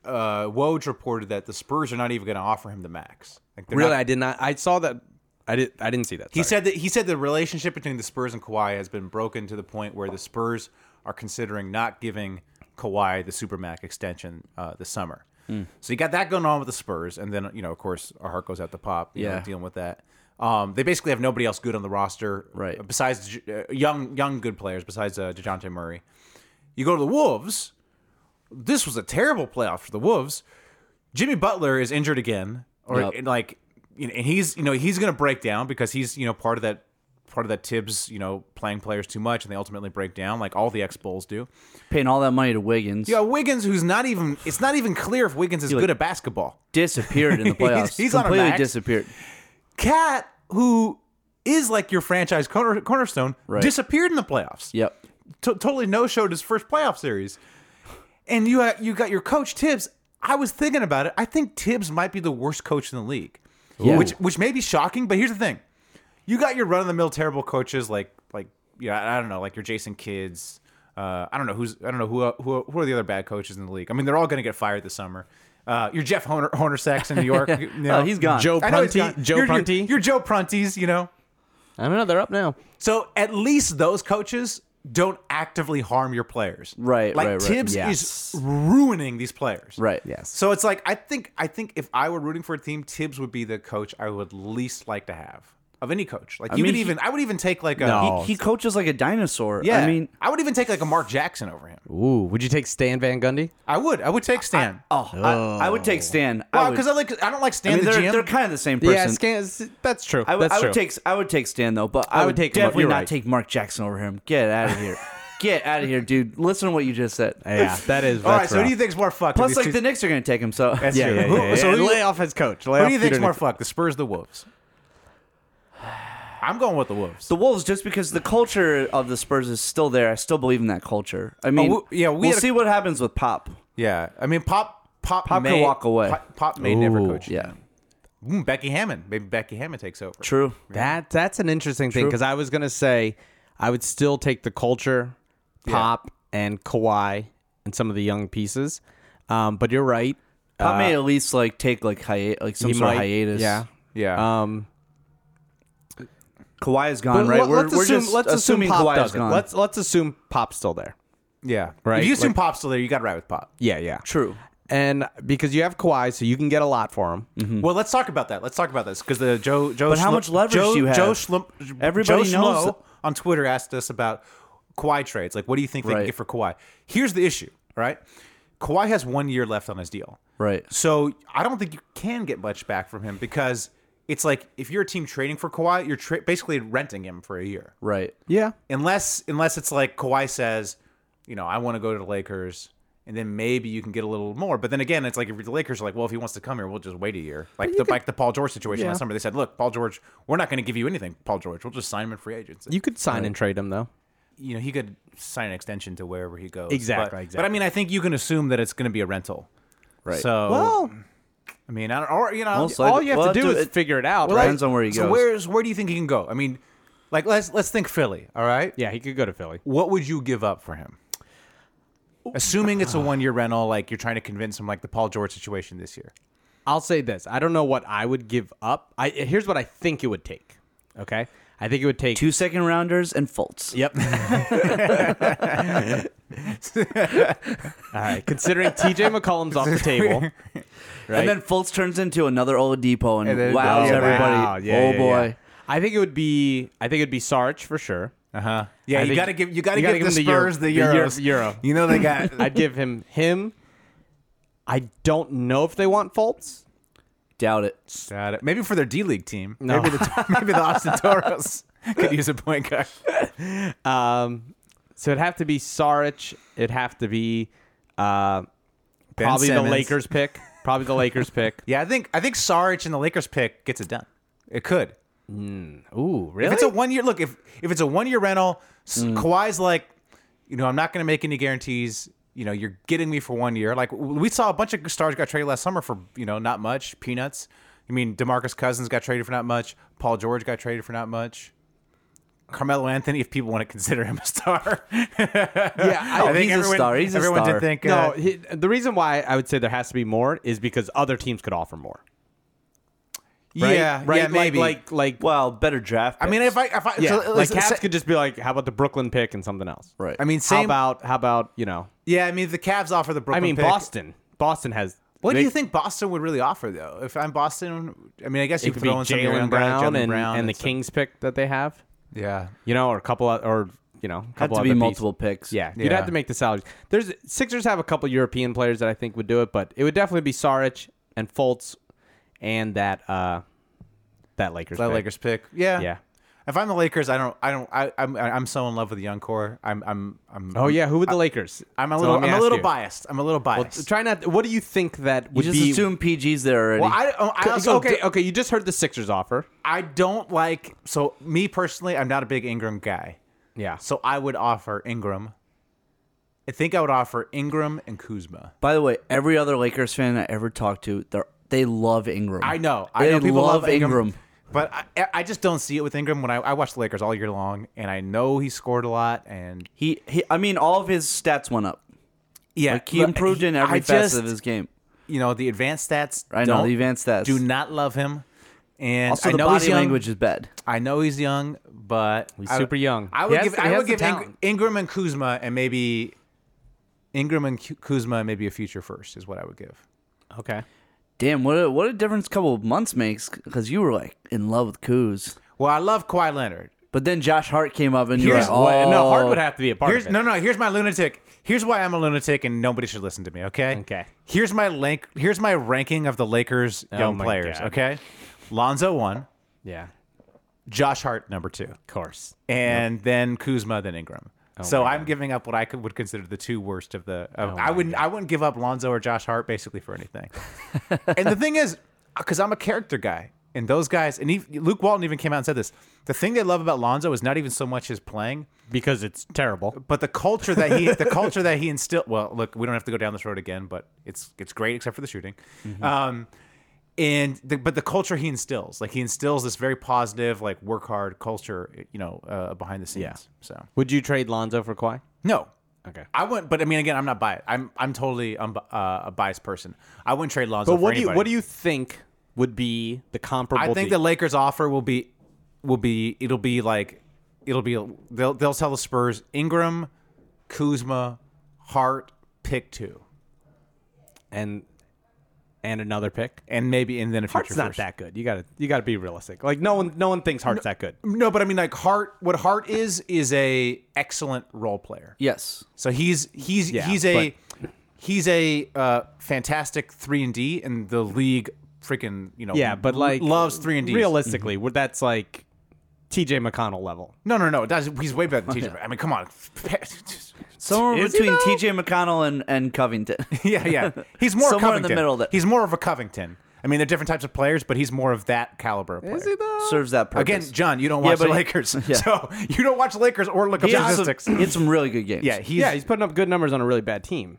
G: uh, Woj reported that the Spurs are not even going to offer him the max. Like they're
H: Really,
G: not-
H: I did not. I saw that. I did. I didn't see that.
G: he
H: sorry.
G: said that he said the relationship between the Spurs and Kawhi has been broken to the point where the Spurs are considering not giving Kawhi the Supermac extension uh, this summer.
H: Hmm.
G: So you got that going on with the Spurs, and then you know, of course, our heart goes out to Pop. You
I: Yeah.
G: know, dealing with that. Um, they basically have nobody else good on the roster,
I: Right.
G: Besides J- uh, young, young good players, besides uh, Dejounte Murray. You go to the Wolves. This was a terrible playoff for the Wolves. Jimmy Butler is injured again, or
I: Yep.
G: and like, you know, and he's you know he's gonna break down because he's you know part of that part of that Tibbs you know playing players too much and they ultimately break down like all the ex Bulls do.
I: Paying all that money to Wiggins.
G: You got Wiggins, who's not even it's not even clear if Wiggins is good at basketball.
I: Disappeared
G: (laughs)
I: in the
G: He's-
I: playoffs.
G: he's on a
I: completely
G: max.
I: disappeared.
G: Cat, who is like your franchise corner, cornerstone,
I: Right.
G: disappeared in the playoffs.
I: Yep.
G: to- totally no showed his first playoff series. And you ha- you got your coach Tibbs. I was thinking about it. I think Tibbs might be the worst coach in the league,
I: Yeah.
G: which which may be shocking. But here's the thing: you got your run of the mill terrible coaches like like yeah I I don't know like your Jason Kids. Uh, I don't know who's I don't know who uh, who who are the other bad coaches in the league. I mean they're all going to get fired this summer. Uh, your Jeff Horner, Hornacek in New York. You know.
I: Oh, he's gone.
H: Joe
G: I know he's
H: Prunty-
G: gone.
H: Joe
G: You're- you're-
H: Prunty?
G: You're Joe Prunties. You know.
H: I don't know. They're up now.
G: So at least those coaches don't actively harm your players.
I: Right,
G: Like
I: right, right.
G: Tibbs
H: Yes.
G: is ruining these players.
I: Right.
H: Yes.
G: So it's like I think I think if I were rooting for a team, Tibbs would be the coach I would least like to have. of any coach. Like
I: I
G: you
I: mean,
G: could
I: he-
G: even I would even take like a
H: No. Oh,
I: he, he coaches like a dinosaur.
G: yeah.
I: I mean,
G: I would even take like a Mark Jackson over him.
H: Ooh, would you take Stan Van Gundy?
G: I would. I would take Stan.
I: oh, I, I would take Stan. I
G: Well,
I: would-
G: because I like I don't like Stan
I: I mean,
G: the
I: they're,
G: GM.
I: they're kind of the same person.
H: Stan, that's true.
I: I would,
H: that's
I: I
H: true.
I: would take I would take Stan though, but I,
H: would
I: would,
H: take him up.
I: definitely
H: You're
I: not
H: right.
I: take Mark Jackson over him. Get
G: (laughs)
I: out of here. Get out of here, dude. Listen to what you just said.
H: Yeah, that (laughs) is.
G: All right.
H: that's
G: So who do
H: rough.
G: you think's more fucked?
I: Plus,
G: These
I: like
G: two-
I: the Knicks are gonna take him. So
G: That's
H: Yeah,
G: true.
H: yeah,
G: Who-
H: yeah, yeah.
G: So
H: And
G: who,
H: lay off his coach. Lay
G: who
H: off
G: do you think's
H: Peter
G: more
H: Nichols.
G: fucked? The Spurs, or the Wolves. (sighs) I'm going with the Wolves.
I: the Wolves, just because the culture of the Spurs is still there, I still believe in that culture. I mean,
G: Oh, we- yeah, we
I: will
G: had a-
I: see what happens with Pop.
G: Yeah, I mean, Pop, Pop,
I: Pop
G: may,
I: could walk away.
G: Pop, Pop may never
H: Ooh.
G: coach.
I: Yeah,
G: Mm, Becky Hammond. Maybe Becky Hammond takes over.
I: true.
H: That that's an interesting thing because I was gonna say I would still take the culture, pop, and Kawhi, and some of the young pieces. Um, but you're right.
I: Pop may at least like take like hiatus, like some
H: he
I: sort of
H: might-
I: hiatus.
H: Yeah.
G: Yeah.
H: Um,
I: Kawhi is gone, right?
H: let-
I: We're,
H: let's
I: we're
H: assume,
I: just
H: let's assume
I: assuming
H: Pop
I: Kawhi is
H: doesn't.
I: gone.
H: Let's let's assume Pop's still there.
G: yeah.
H: Right,
G: If you assume
H: like-
G: Pop's still there, you got it right with Pop.
H: Yeah, yeah,
I: True.
H: And because you have Kawhi, so you can get a lot for him.
G: Well, let's talk about that. Let's talk about this because the Joe Joe.
I: Mm-hmm. But how
G: Schlo-
I: much leverage
G: Joe,
I: do you have?
G: Joe Schlo-
I: Everybody
G: Joe
I: knows
G: Schmo on Twitter asked us about Kawhi trades. Like, what do you think they
I: Right.
G: can get for Kawhi? Here's the issue. All right, Kawhi has one year left on his deal.
I: Right.
G: So I don't think you can get much back from him because it's like if you're a team trading for Kawhi, you're tra- basically renting him for a year.
I: Right.
H: Yeah,
G: unless unless it's like Kawhi says, you know, I want to go to the Lakers, and then maybe you can get a little more. But then again, it's like if the Lakers are like, well, if he wants to come here, we'll just wait a year. Like the like the Paul George situation last summer, they said, look, Paul George, we're not going to give you anything, Paul George. We'll just sign him in free agency.
H: you could sign and trade him though.
G: You know, he could sign an extension to wherever he goes.
H: Exactly,
G: But,
H: exactly.
G: but I mean, I think you can assume that it's going to be a rental. Right. So
H: Well,
G: I mean, I don't, or you know,
I: Also,
H: all you have
I: Well,
H: to do
I: it-
H: is
I: it-
H: figure it out.
I: well,
H: right?
I: depends on where he
G: so
I: goes.
G: where's where do you think he can go? I mean, like let's let's think Philly. All right.
H: Yeah, he could go to Philly.
G: what would you give up for him? Assuming (sighs) it's a one year rental, like you're trying to convince him, like the Paul George situation this year.
H: I'll say this: I don't know what I would give up. I here's what I think it would take. Okay, I think it would take
I: Two second rounders and
H: (laughs)
I: Fultz.
H: Yep. All right. Considering TJ McCollum's off the table, right?
I: And then Fultz turns into another Oladipo and,
G: And then-
I: wows
G: Oh,
I: everybody.
H: Wow, yeah,
I: oh
H: yeah,
I: boy.
H: yeah. I think it would be. I think it'd be Sarge for sure.
G: Uh huh. Yeah,
H: I
G: you
H: think-
G: got to give you got to
H: you gotta
G: give,
H: give
G: the
H: him the Euro-
G: Spurs the,
H: the Euro-
G: Euros.
H: Euro.
G: (laughs) You know they got.
H: I'd give him him. I don't know if they want faults.
I: Doubt it.
G: got it. Maybe for their D League team.
H: No.
G: Maybe the maybe the (laughs) Austin Toros could use a point guard.
H: Um, so it'd have to be Sarich. It'd have to be uh,
G: Ben
H: probably the
G: Simmons.
H: Lakers pick. Probably the
G: (laughs)
H: Lakers pick.
G: Yeah, I think I think Saric and the Lakers pick gets it done. It could.
H: Ooh, really? Mm.
G: If it's a one year look, if if it's a one year rental, s Kawhi's like, you know, I'm not going to make any guarantees. You know, you're getting me for one year. Like w- we saw a bunch of stars got traded last summer for you know not much peanuts. I mean, Demarcus Cousins got traded for not much. Paul George got traded for not much. Carmelo Anthony, if people want to consider him a star,
H: (laughs) yeah, I,
G: (laughs) I think
I: he's a
G: everyone,
I: star. He's a
G: everyone did
I: star.
G: think.
H: No,
G: uh,
H: he, the reason why I would say there has to be more is because other teams could offer more. Right?
G: yeah,
H: right?
G: yeah,
H: Like-
G: maybe.
H: Like, like,
I: Well, better draft.
G: I mean,
I: picks.
G: if I, if I,
H: yeah,
G: so,
H: like
G: so-
H: Cavs
G: so-
H: could just be like, how about the Brooklyn pick and something else?
I: right.
G: I mean,
H: How
G: same.
H: about, how about you know?
G: yeah, I mean, if the Cavs offer the
H: I
G: Brooklyn.
H: mean,
G: pick-
H: Boston. Boston has.
G: What do
H: they-
G: you think Boston would really offer though? If I'm Boston, I mean, I guess you
H: It could be
G: throw in some of your
H: Jalen
G: young guys,
H: Brown,
G: Jalen
H: and,
G: Brown
H: and the
G: stuff.
H: Kings pick that they have.
G: Yeah,
H: You know, or a couple of, or you know, a
I: had
H: couple
I: to be
H: other
I: multiple
H: pieces.
I: picks.
H: Yeah, you'd
G: Yeah.
H: have to make the salaries. There's Sixers have a couple European players that I think would do it, but it would definitely be Saric and Fultz, and that uh, that Lakers.
G: that
H: pick.
G: Lakers pick. Yeah,
H: Yeah.
G: If I'm the Lakers, I don't, I don't, I, I'm, I'm so in love with the young core. I'm, I'm, I'm.
H: Oh yeah, who would the Lakers?
G: I'm a
H: So
G: little,
H: let me
G: I'm a
H: ask
G: little
H: you.
G: biased. I'm a little biased.
H: Try not. What do you think that
I: You
H: would
I: just
H: be?
I: assume PG's there already.
G: Well, I, oh, I also
H: okay,
G: okay.
H: okay. You just heard the Sixers offer.
G: I don't like. So me personally, I'm not a big Ingram guy.
H: Yeah.
G: So I would offer Ingram. I think I would offer Ingram and Kuzma.
I: By the way, every other Lakers fan I ever talked to, they're, they love Ingram.
G: I know.
I: They
G: I know people
I: love,
G: love,
I: Ingram.
G: But I, I just don't see it with Ingram when I, I watch the Lakers all year long, and I know he scored a lot, and
I: He, he, I mean, all of his stats went up.
G: yeah,
I: Like he improved in every facet of his game.
G: You know, the advanced stats.
I: I know,
G: don't-
I: the advanced stats.
G: do not love him, and
I: Also,
G: I
I: the
G: know he's
I: body
G: young.
I: language is bad.
G: I know he's young, but
H: He's
G: I-
H: super young.
G: I
H: He
G: would
H: has
G: give
H: the- he
G: I
H: has
G: would
H: the
G: give Ing-
H: talent.
G: Ingram and Kuzma, and maybe Ingram and Ku- Kuzma, and maybe a future first is what I would give.
H: Okay.
I: Damn, what a, what a difference a couple of months makes because you were like in love with Kuz.
G: Well, I love Kawhi Leonard.
I: But then Josh Hart came up and you're
G: Here's
I: like, oh,
H: Well, no, Hart would have to be a part
G: Here's
H: of it.
G: no, no. Here's my lunatic. Here's why I'm a lunatic, and nobody should listen to me. Okay.
H: Okay. Oh
G: Here's my rank. Here's my ranking of the Lakers young
H: my
G: players.
H: God.
G: Okay. Lonzo one,
H: Yeah,
G: Josh Hart number two,
H: of course.
G: and then Kuzma, then Ingram. so
H: Oh my Oh
G: I'm giving up what I could, would consider the two worst of the. Of, I wouldn't. I wouldn't give up Lonzo or Josh Hart basically for anything. and the thing is, (laughs) because I'm a character guy, and those guys, and even, Luke Walton even came out and said this. The thing they love about Lonzo is not even so much his playing,
H: Because it's terrible.
G: but the culture that he
H: (laughs)
G: the culture that he instilled well look we don't have to go down this road again but it's it's great except for the shooting
H: Mm-hmm.
G: um and the, but the culture he instills like he instills this very positive like work hard culture you know uh, behind the scenes
H: Yeah.
G: so
H: Would you trade Lonzo for Kawhi?
G: no
H: Okay.
G: I wouldn't, but I mean, again, I'm not biased. I'm I'm totally um, uh, a biased person. I wouldn't trade Lonzo.
H: But
G: for
H: what do you
G: anybody.
H: what do you think would be the comparable?
G: I think the
H: deal?
G: Lakers offer will be will be it'll be like it'll be they'll they'll tell the Spurs Ingram, Kuzma, Hart, pick two,
H: and and another pick.
G: and maybe and then a future
H: Hart's not
G: first.
H: that good. You gotta you gotta be realistic. Like no one no one thinks Hart's that good.
G: No, but I mean like Hart. What Hart is is a excellent role player.
I: yes.
G: So he's he's
H: Yeah,
G: he's a he's a uh, fantastic three and D, and the league freaking you know
H: Yeah, but like
G: loves three and D.
H: Realistically, where that's like T.J. McConnell level.
G: No, no, no. That's, he's way better than
I: (laughs)
G: TJ. I mean, come on. (laughs)
I: Somewhere
H: Is he
I: between
H: though?
I: TJ McConnell and, and Covington. (laughs)
G: Yeah, yeah. He's more
I: Somewhere in the
G: Covington.
I: middle that-
G: he's more of a Covington. I mean, they're different types of players, but he's more of that caliber of player.
I: Serves that purpose.
G: Again, John, you don't
I: Yeah,
G: watch
I: but
G: the
I: he-
G: Lakers,
I: (laughs)
G: (laughs)
I: yeah.
G: so you don't watch Lakers or look up
I: he also
G: statistics.
I: hit some really good games.
G: yeah, he's
H: yeah, he's putting up good numbers on a really bad team.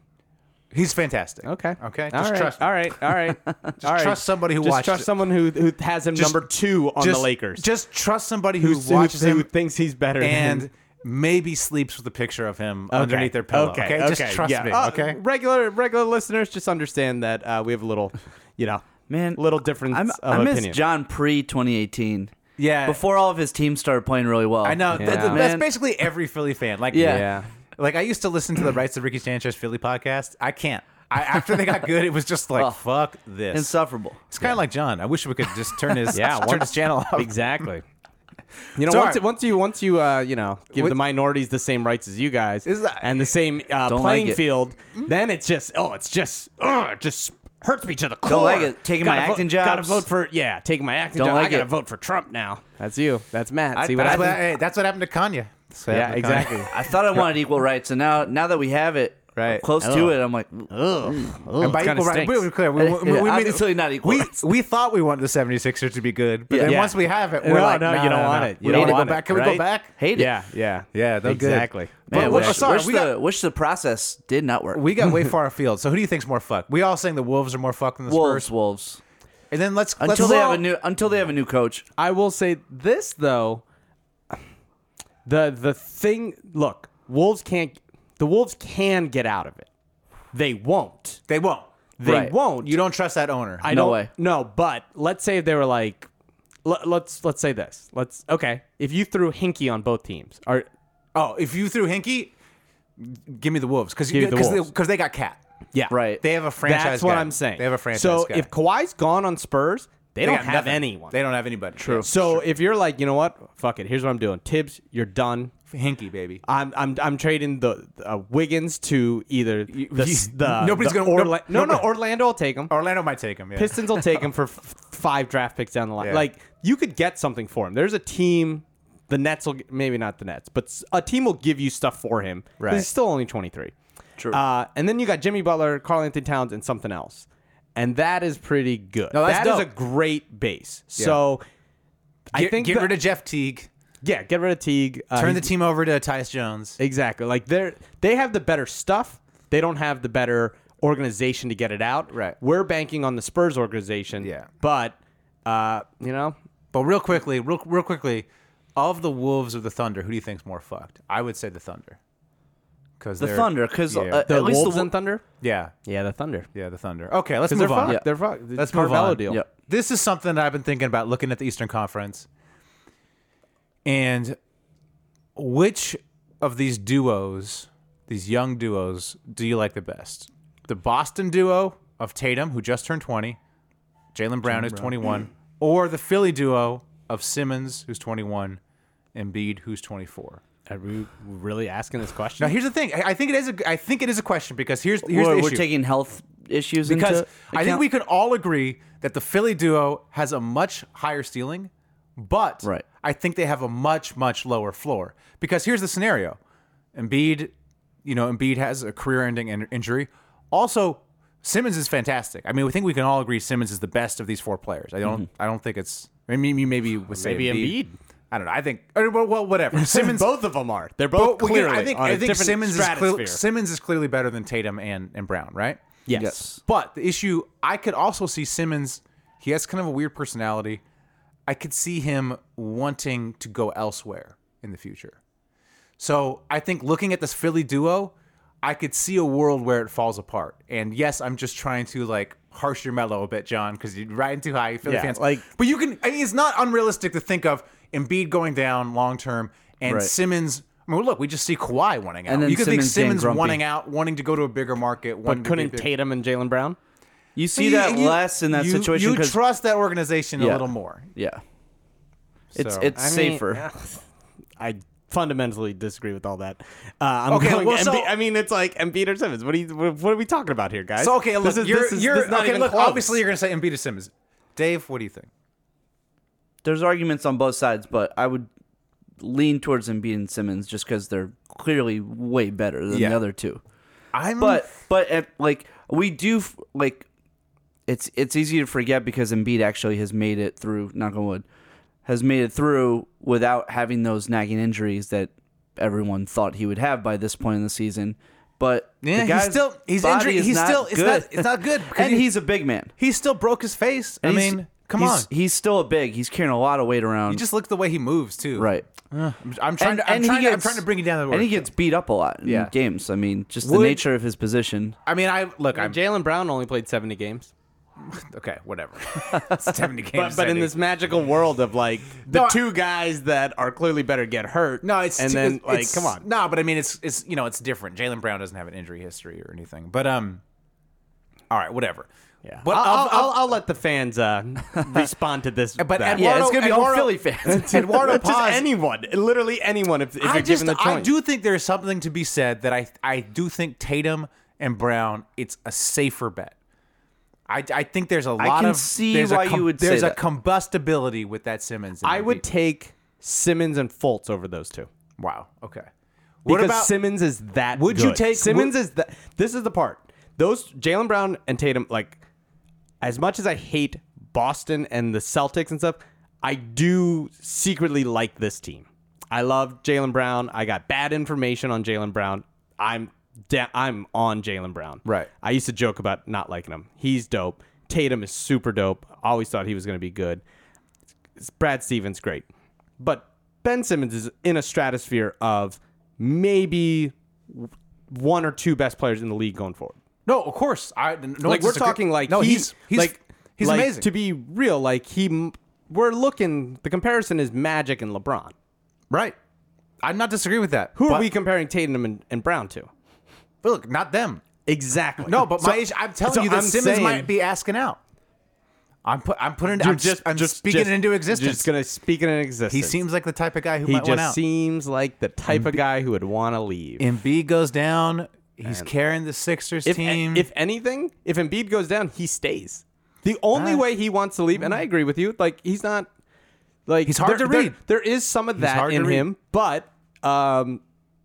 G: he's fantastic.
H: Okay.
G: okay.
H: All
G: Just
H: right.
G: trust. me.
H: All right.
G: (laughs)
H: All right. Just
G: trust somebody who
H: just
G: watched
H: trust
G: it.
H: someone who who has him
G: Just-
H: number two on
G: Just-
H: the Lakers.
G: Just trust somebody who
H: who,
G: watches
H: who
G: him
H: thinks he's
G: (laughs)
H: better
G: and
H: than
G: maybe sleeps with a picture of him underneath their pillow. Okay, just trust
H: yeah.
G: me.
H: Uh,
G: okay.
H: regular regular listeners, just understand that uh, we have a little, you know,
I: Man,
H: little difference
I: I'm,
H: of
I: I miss
H: opinion.
I: John pre 2018.
G: Yeah.
I: Before all of his teams started playing really well.
G: I know.
H: Yeah.
G: That- that-
I: Man.
G: That's basically every Philly fan. Like,
I: Yeah.
H: Yeah.
G: Like I used to listen to the Rights of Ricky Sanchez Philly podcast. I can't. I after they got good, it was just like
I: Oh.
G: fuck this.
I: Insufferable.
G: it's kind of like John. I wish we could just turn his (laughs)
H: Yeah,
G: turn
H: once-
G: his channel off. (laughs)
H: Exactly. (laughs) You know,
G: Sorry.
H: once, once you once you uh, you know give
G: What-
H: the minorities the same rights as you guys
G: Is that-
H: and the same uh,
I: Don't
H: playing
I: like it.
H: field, then it's just oh, it's just oh, it just hurts me to the core.
I: Don't like it. Taking my
H: Gotta vote-
I: acting
H: Gotta
I: jobs.
H: vote for yeah, taking my acting
I: Don't
H: job. I
I: like
H: gotta
I: it.
H: vote for Trump now. That's you. That's Matt. See what
G: that's, what,
H: happens?
G: hey, that's what happened to Kanye. That's what
H: Yeah,
G: happened to Kanye.
H: exactly.
I: I thought I wanted equal rights, and now now that we have it,
G: Right.
I: close to it, I'm like,
G: and by
H: kinda
G: equal right,
H: stinks.
G: we were clear. We, we,
I: (laughs) Yeah,
G: we made
I: obviously not equal
G: We,
I: rights.
G: we thought we wanted the 76ers to be good, but then
H: Yeah.
G: once we have it, we're
H: No,
G: like,
H: no, you
G: no,
H: don't
G: no,
H: want
G: no.
H: it.
G: We
H: You
G: need
H: don't
G: to go
H: want it,
G: back. Can we go
H: right?
G: back?
I: hate it.
H: yeah, yeah,
G: Yeah, they're good.
H: exactly.
I: Man,
G: But
I: wish,
G: we're- sorry,
I: wish
G: we
I: the,
G: got-
I: wish the process did not work.
G: We
H: (laughs)
G: got way far afield. So who do you think's more fuck? We all saying the Wolves are more fuck than the
I: wolves,
G: Spurs.
I: wolves.
G: And then let's
I: Until
G: let's
I: they
G: all-
I: have a new until they have a new coach.
H: I will say this though. The the thing look, wolves can't the wolves can get out of it. They won't.
G: They won't.
H: They
I: Right.
H: won't.
G: You don't trust that owner.
H: I
I: No
H: don't,
I: way.
H: No, but let's say they were like let, let's let's say this. Let's okay. If you threw Hinky on both teams, are
G: Oh, if you threw Hinky, give me the Wolves because
H: Give me the
G: because
H: Wolves.
G: they, 'cause they got Cat.
H: yeah.
I: Right.
G: They have a franchise.
H: That's what
G: guy.
H: I'm saying.
G: They have a franchise.
H: So
G: guy.
H: if Kawhi's gone on Spurs, they, don't
G: got
H: have
G: nothing.
H: anyone.
G: they don't have anybody. True.
H: so if you're like, you know what? Fuck it. Here's what I'm doing. Tibbs, you're done.
G: Hinky, baby.
H: I'm I'm I'm trading the uh, Wiggins to either the,
G: you-
H: the
G: (laughs) nobody's
H: the
G: gonna- no-
H: Orla- no, no
G: nobody- Oh.
H: Orlando will take him.
G: Orlando might take him. Yeah.
H: Pistons will take him for f- five draft picks down the line.
G: Yeah.
H: Like you could get something for him. There's a team. The Nets will maybe not the Nets, but s- a team will give you stuff for him. 'cause
G: Right.
H: He's still only 23.
I: True.
H: Uh, and then you got Jimmy Butler, Carl Anthony Towns, and something else, and that is pretty good.
G: No, that's
H: That is
G: dope.
H: a great base. So I
G: Get-
H: think
G: get
H: the-
G: rid of Jeff Teague.
H: yeah, get rid of Teague. Uh,
G: Turn
H: he's-
G: the team over to Tyus Jones.
H: Exactly. Like they're they have the better stuff. They don't have the better organization to get it out.
G: Right.
H: We're banking on the Spurs organization.
G: Yeah.
H: But uh, you know,
G: But real quickly, real real quickly, of the Wolves or the Thunder, who do you think's more fucked? I would say the Thunder. Because
I: The Thunder, because
G: yeah.
I: uh,
H: the
I: at least
H: Wolves
I: the
H: and Thunder.
G: yeah,
H: Yeah, the Thunder.
G: yeah, the Thunder. Okay, let's
H: 'Cause they're
G: move on.
H: fucked.
I: Yeah.
H: They're fucked. It's
G: Let's move
H: Carvello
G: on.
H: deal.
I: Yeah.
G: This is something that I've been thinking about looking at the Eastern Conference. And which of these duos, these young duos, do you like the best? The Boston duo of Tatum, who just turned 20, Jalen Brown, is 21, or the Philly duo of Simmons, who's 21, Embiid, who's 24.
H: Are we really asking this
G: Now
H: question?
G: here's the thing. I, I think it is. A, I think it is a question because here's here's the
I: We're,
G: issue.
I: we're taking health issues
G: because
I: into
G: I think
I: account?
G: we can all agree that the Philly duo has a much higher ceiling, but
I: Right.
G: I think they have a much much lower floor. Because here's the scenario: Embiid, you know, Embiid has a career-ending in- injury. Also, Simmons is fantastic. I mean, we think we can all agree Simmons is the best of these four players. I don't.
H: Mm-hmm.
G: I don't think it's. I mean, you maybe would say
H: Maybe
G: Embiid. I don't know. I think. or, well, well, whatever. Simmons.
H: (laughs) both of them are. They're
G: But
H: both
G: we
H: clearly
G: can- I think,
H: on a
G: I think
H: different
G: Simmons is,
H: stratosphere.
G: clear, Simmons is clearly better than Tatum and, and Brown, right?
H: yes.
I: Yes.
G: But the issue, I could also see Simmons. He has kind of a weird personality. I could see him wanting to go elsewhere in the future. So I think looking at this Philly duo, I could see a world where it falls apart. And yes, I'm just trying to like harsh your mellow a bit, John, because you're riding too high, Philly
H: Yeah,
G: fans.
H: like-
G: but you can. I mean, it's not unrealistic to think of Embiid going down long term and
I: Right.
G: Simmons. I mean, look, we just see Kawhi wanting out.
I: And then
G: you could think
I: Simmons being
G: Simmons
I: grumpy.
G: wanting out, wanting to go to a bigger market.
H: But couldn't
G: take.
H: Tatum and Jalen Brown?
I: you see
G: You-
I: that
G: you-
I: less in that
G: you-
I: situation
G: You
I: 'cause-
G: trust that organization a
I: Yeah.
G: little more.
I: yeah, it's
G: So-
I: it's
H: I mean,
I: safer.
H: yeah. I fundamentally disagree with all that. Uh, I'm
G: Okay,
H: going
G: well,
H: Embi-
G: so-
H: I mean, it's like Embiid or Simmons. What are you? What are we talking about here, guys?
G: So okay, look,
H: this is,
G: you're,
H: this is,
G: you're
H: this is not
G: okay.
H: even
G: Look,
H: close.
G: obviously you're gonna say Embiid to Simmons. Dave, what do you think?
I: There's arguments on both sides, but I would lean towards Embiid and Simmons just because they're clearly way better than
G: Yeah.
I: the other two.
G: I'm
I: But but uh, like we do f- like it's it's easy to forget because Embiid actually has made it through knock on wood has made it through without having those nagging injuries that everyone thought he would have by this point in the season. But the
G: Yeah, he's
I: guy's
G: still- he's
I: body
G: injury-
I: is
G: he's
I: not
G: still- it's
I: good.
G: not- it's not
I: (laughs)
G: good because
I: and
G: he-
I: he's a big man.
G: he still broke his face. I
I: And he's-
G: mean, come on.
I: he's- He's still a big. He's carrying a lot of weight around.
G: You just look at the way he moves too.
I: right.
G: I'm, I'm trying. to, I'm, trying to, I'm trying to bring it down. To the
I: and he
G: word.
I: gets beat up a lot in
G: Yeah.
I: games. I mean, just
G: Would-
I: the nature of his position.
G: I mean, I look. I'm
H: Jalen Brown only played 70 games,
G: okay.
H: (laughs)
G: Whatever. it's seventy games.
H: but, but in
G: I
H: this
G: think.
H: magical world of like the
G: No, I-
H: two guys that are clearly better get hurt.
G: No, it's
H: and
G: too-
H: then
G: it's-
H: like
G: it's-
H: come on.
G: No, but I mean, it's it's you know, it's different. Jalen Brown doesn't have an injury history or anything. But um, all right, whatever.
H: Yeah.
G: But
H: I'll,
G: of-
H: I'll,
G: of-
H: I'll, I'll let the
G: (laughs)
H: fans uh, respond to this.
G: But
H: that.
G: Eduardo,
I: Yeah, it's gonna be all
G: Eduardo- (laughs)
I: Philly fans.
G: Eduardo
H: just
G: Paz,
H: anyone, literally anyone. If, if
G: I
H: you're
G: just
H: given the choice,
G: I do think there's something to be said that I I do think Tatum and Brown it's a safer bet. I, I think there's a lot
I: can
G: of
I: see
G: there's a
I: why you would say
G: there's a
I: that.
G: combustibility with that Simmons. and
H: I would
G: Embiid.
H: take Simmons and Fultz over those two.
G: wow. Okay. What
H: Because
G: about
H: Simmons is that?
G: Would you
H: good.
G: take-
H: Simmons?
G: would-
H: is that? This is the part. Those Jalen Brown and Tatum. Like, as much as I hate Boston and the Celtics and stuff, I do secretly like this team. I love Jalen Brown. I got bad information on Jalen Brown. I'm da- I'm on Jalen Brown.
G: Right.
H: I used to joke about not liking him. He's dope. Tatum is super dope. Always thought he was going to be good. Brad Stevens, great. But Ben Simmons is in a stratosphere of maybe one or two best players in the league going forward.
G: no? Of course. I no,
H: like we're
G: disagree-
H: talking like
G: no.
H: he-
G: He's he's
H: like
G: he's
H: like,
G: amazing.
H: To be real, like he, m- we're looking. The comparison is Magic and LeBron.
G: right. I'm not disagree with that.
H: Who
G: but,
H: are we comparing Tatum and, and Brown to?
G: But look, not them.
H: Exactly.
G: No, but
H: So-
G: my issue, I'm telling
H: so
G: you that
H: I'm
G: Simmons
H: saying-
G: might be asking out. I'm put. I'm putting.
H: You're
G: I'm just. I'm speaking it into existence.
H: Just gonna speak it into existence.
G: he seems like the type of guy who
H: He
G: might want
H: just
G: out.
H: seems like the type of guy who would want to leave.
G: Embiid goes down. He's carrying the Sixers
H: If,
G: team.
H: if anything, if Embiid goes down, he stays. The only
G: Ah. Mm.
H: way he wants to leave, and I agree with you, like he's not like
G: He's hard
H: there-
G: to
H: there-
G: read.
H: There is some of that
G: hard to
H: in
G: read.
H: him, but um,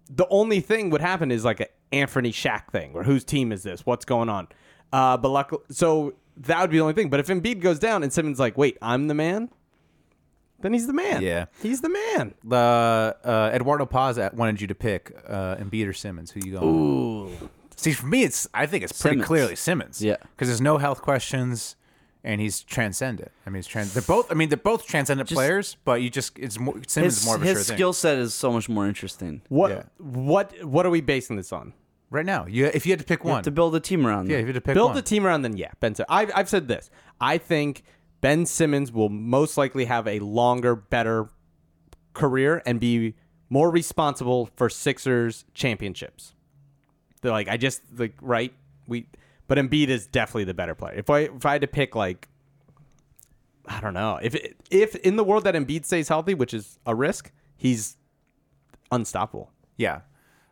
H: the only thing would happen is like an Anthony Shack thing, where whose team is this? What's going on? Uh, but luckily, so that would be the only thing. But if Embiid goes down and Simmons like, wait, I'm the man, then he's the man.
G: Yeah.
H: he's the man.
G: uh, uh, Eduardo Paz at- wanted you to pick uh, Embiid or Simmons, who you going? Ooh. See, for me, it's. I think it's pretty
I: Simmons.
G: clearly Simmons.
I: Yeah.
G: Because there's no health questions, and he's transcendent. I mean, he's trans. They're both. I mean, they're both transcendent players. But you just. It's more. Simmons is
I: His,
G: more of a
I: his
G: sure thing.
I: skill set is so much more interesting.
H: What
G: Yeah.
H: what what are we basing this on?
G: Right now, you if you had to pick one,
I: To build a team around.
G: yeah, if
I: them.
G: you had to pick
H: build
G: one.
H: the team around then yeah ben Sim- I've, I've said this i think ben simmons will most likely have a longer better career and be more responsible for sixers championships they're like i just like right we but Embiid is definitely the better player if i if i had to pick like I don't know if it, if in the world that Embiid stays healthy, which is a risk, he's unstoppable.
G: Yeah.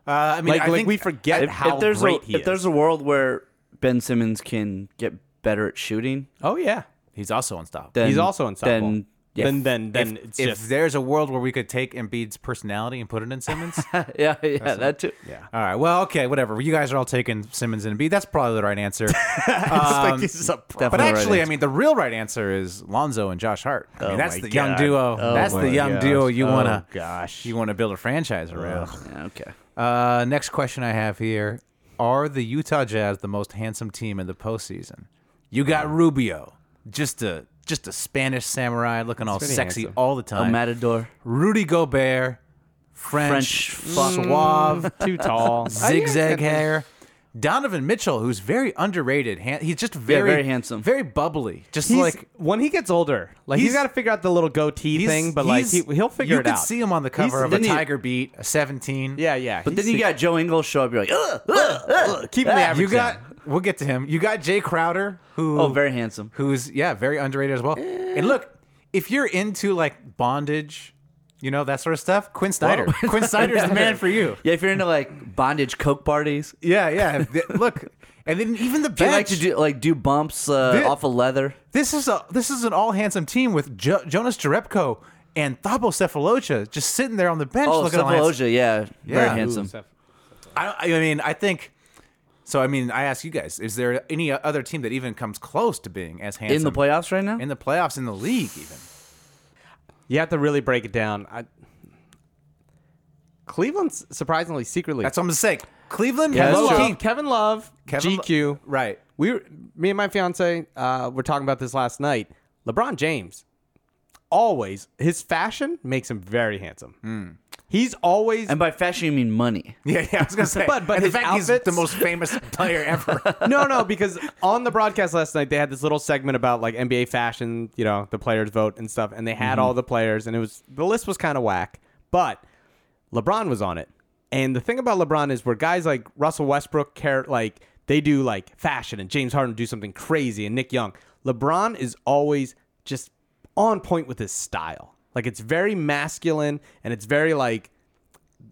G: Uh, I mean,
H: Like-
G: I
H: like
G: think
H: we forget
G: I-
H: how
I: there's
H: great
I: a,
H: he
I: if
H: is.
I: there's a world where Ben Simmons can get better at shooting, (laughs)
H: Oh yeah,
G: he's also unstoppable.
I: then
H: he's also unstoppable.
I: Then, yeah,
H: then then, then
G: if,
H: it's
G: if
H: just
G: there's a world where we could take Embiid's personality and put it in Simmons,
I: yeah, yeah, that too. (laughs)
G: yeah. All right. Well, okay, whatever. You guys are all taking Simmons and Embiid. That's probably the right
H: (laughs)
G: answer.
H: like this is a
G: Um, but
I: Definitely the right
G: actually, I
I: answer.
G: mean, the real right answer is Lonzo and Josh Hart. I mean, that's
H: Oh my
G: the young
H: God.
G: duo.
H: Oh
G: that's the
H: my
G: young
H: gosh.
G: duo you
H: Oh
G: wanna
H: gosh.
G: you wanna build a franchise around.
I: Yeah, okay.
G: Uh, next question I have here: Are the Utah Jazz the most handsome team in the postseason? You got Rubio, just a just a Spanish samurai looking all
H: pretty
G: sexy
H: handsome.
G: all the time.
I: A matador.
G: Rudy Gobert, French,
I: French
G: (laughs) suave,
H: too tall.
G: zigzag hair. Donovan Mitchell, who's very underrated. Han- he's just very,
I: very handsome.
G: very bubbly. Just
H: He's,
G: like
H: like when he gets older, like he's
G: He's-
H: got to figure out the little goatee
G: he's-
H: thing, but like he,
G: he's-
H: he'll figure
G: you
H: it
G: could
H: out.
G: see him on the cover
H: He's-
G: of a
I: didn't he-
G: Tiger Beat, a seventeen.
H: yeah, yeah.
I: But
H: he's-
I: then you got Joe Ingles show up. You're like, ugh, ugh, ugh.
H: keeping the average
G: Ah, you got. We'll get to him. You got Jay Crowder, who
I: oh, very handsome.
G: who's yeah very underrated as well and look if you're into like bondage you know that sort of stuff quinn snyder
H: (laughs)
G: quinn snyder's the
I: (laughs)
G: man for you
I: Yeah, if you're into like bondage coke parties,
G: yeah yeah Th- look and then even the
I: if you
G: bench
I: like to do like do bumps uh,
G: Thi-
I: off of leather.
G: this is a this is an all handsome team with jo- jonas Jerebko and thabo Cephalosha just sitting there on the bench
I: Oh,
G: looking all handsome.
I: Cephalosha, yeah, very
G: Yeah.
I: handsome.
G: I, I mean i think so i mean i ask you guys is there any other team that even comes close to being as handsome
I: in the playoffs right now.
G: in the playoffs in the league even
H: You have to really break it down. I, Cleveland's surprisingly secretly.
G: that's what i'm saying cleveland
I: Yeah,
G: has
I: that's
H: Kevin
I: true.
G: low-key-
H: Love, Kevin Love,
G: Kevin Lo-
H: GQ.
G: right
H: We, were, me and my fiance, uh, were talking about this last night. LeBron James, always his fashion makes him very handsome.
G: Hmm.
H: He's always
I: and by fashion, you mean money.
G: (laughs) Yeah, yeah, I was gonna say.
H: But- but
G: and
H: his
G: the fact
H: outfits-
G: he's the most famous player ever.
H: no, no, because on the broadcast last night they had this little segment about like NBA fashion, you know, the players vote and stuff, and they had all the players, and it was the list was kind of whack, but LeBron was on it, and the thing about LeBron is where guys like Russell Westbrook care like they do like fashion, and James Harden do something crazy, and Nick Young, LeBron is always just on point with his style, like it's very masculine and it's very like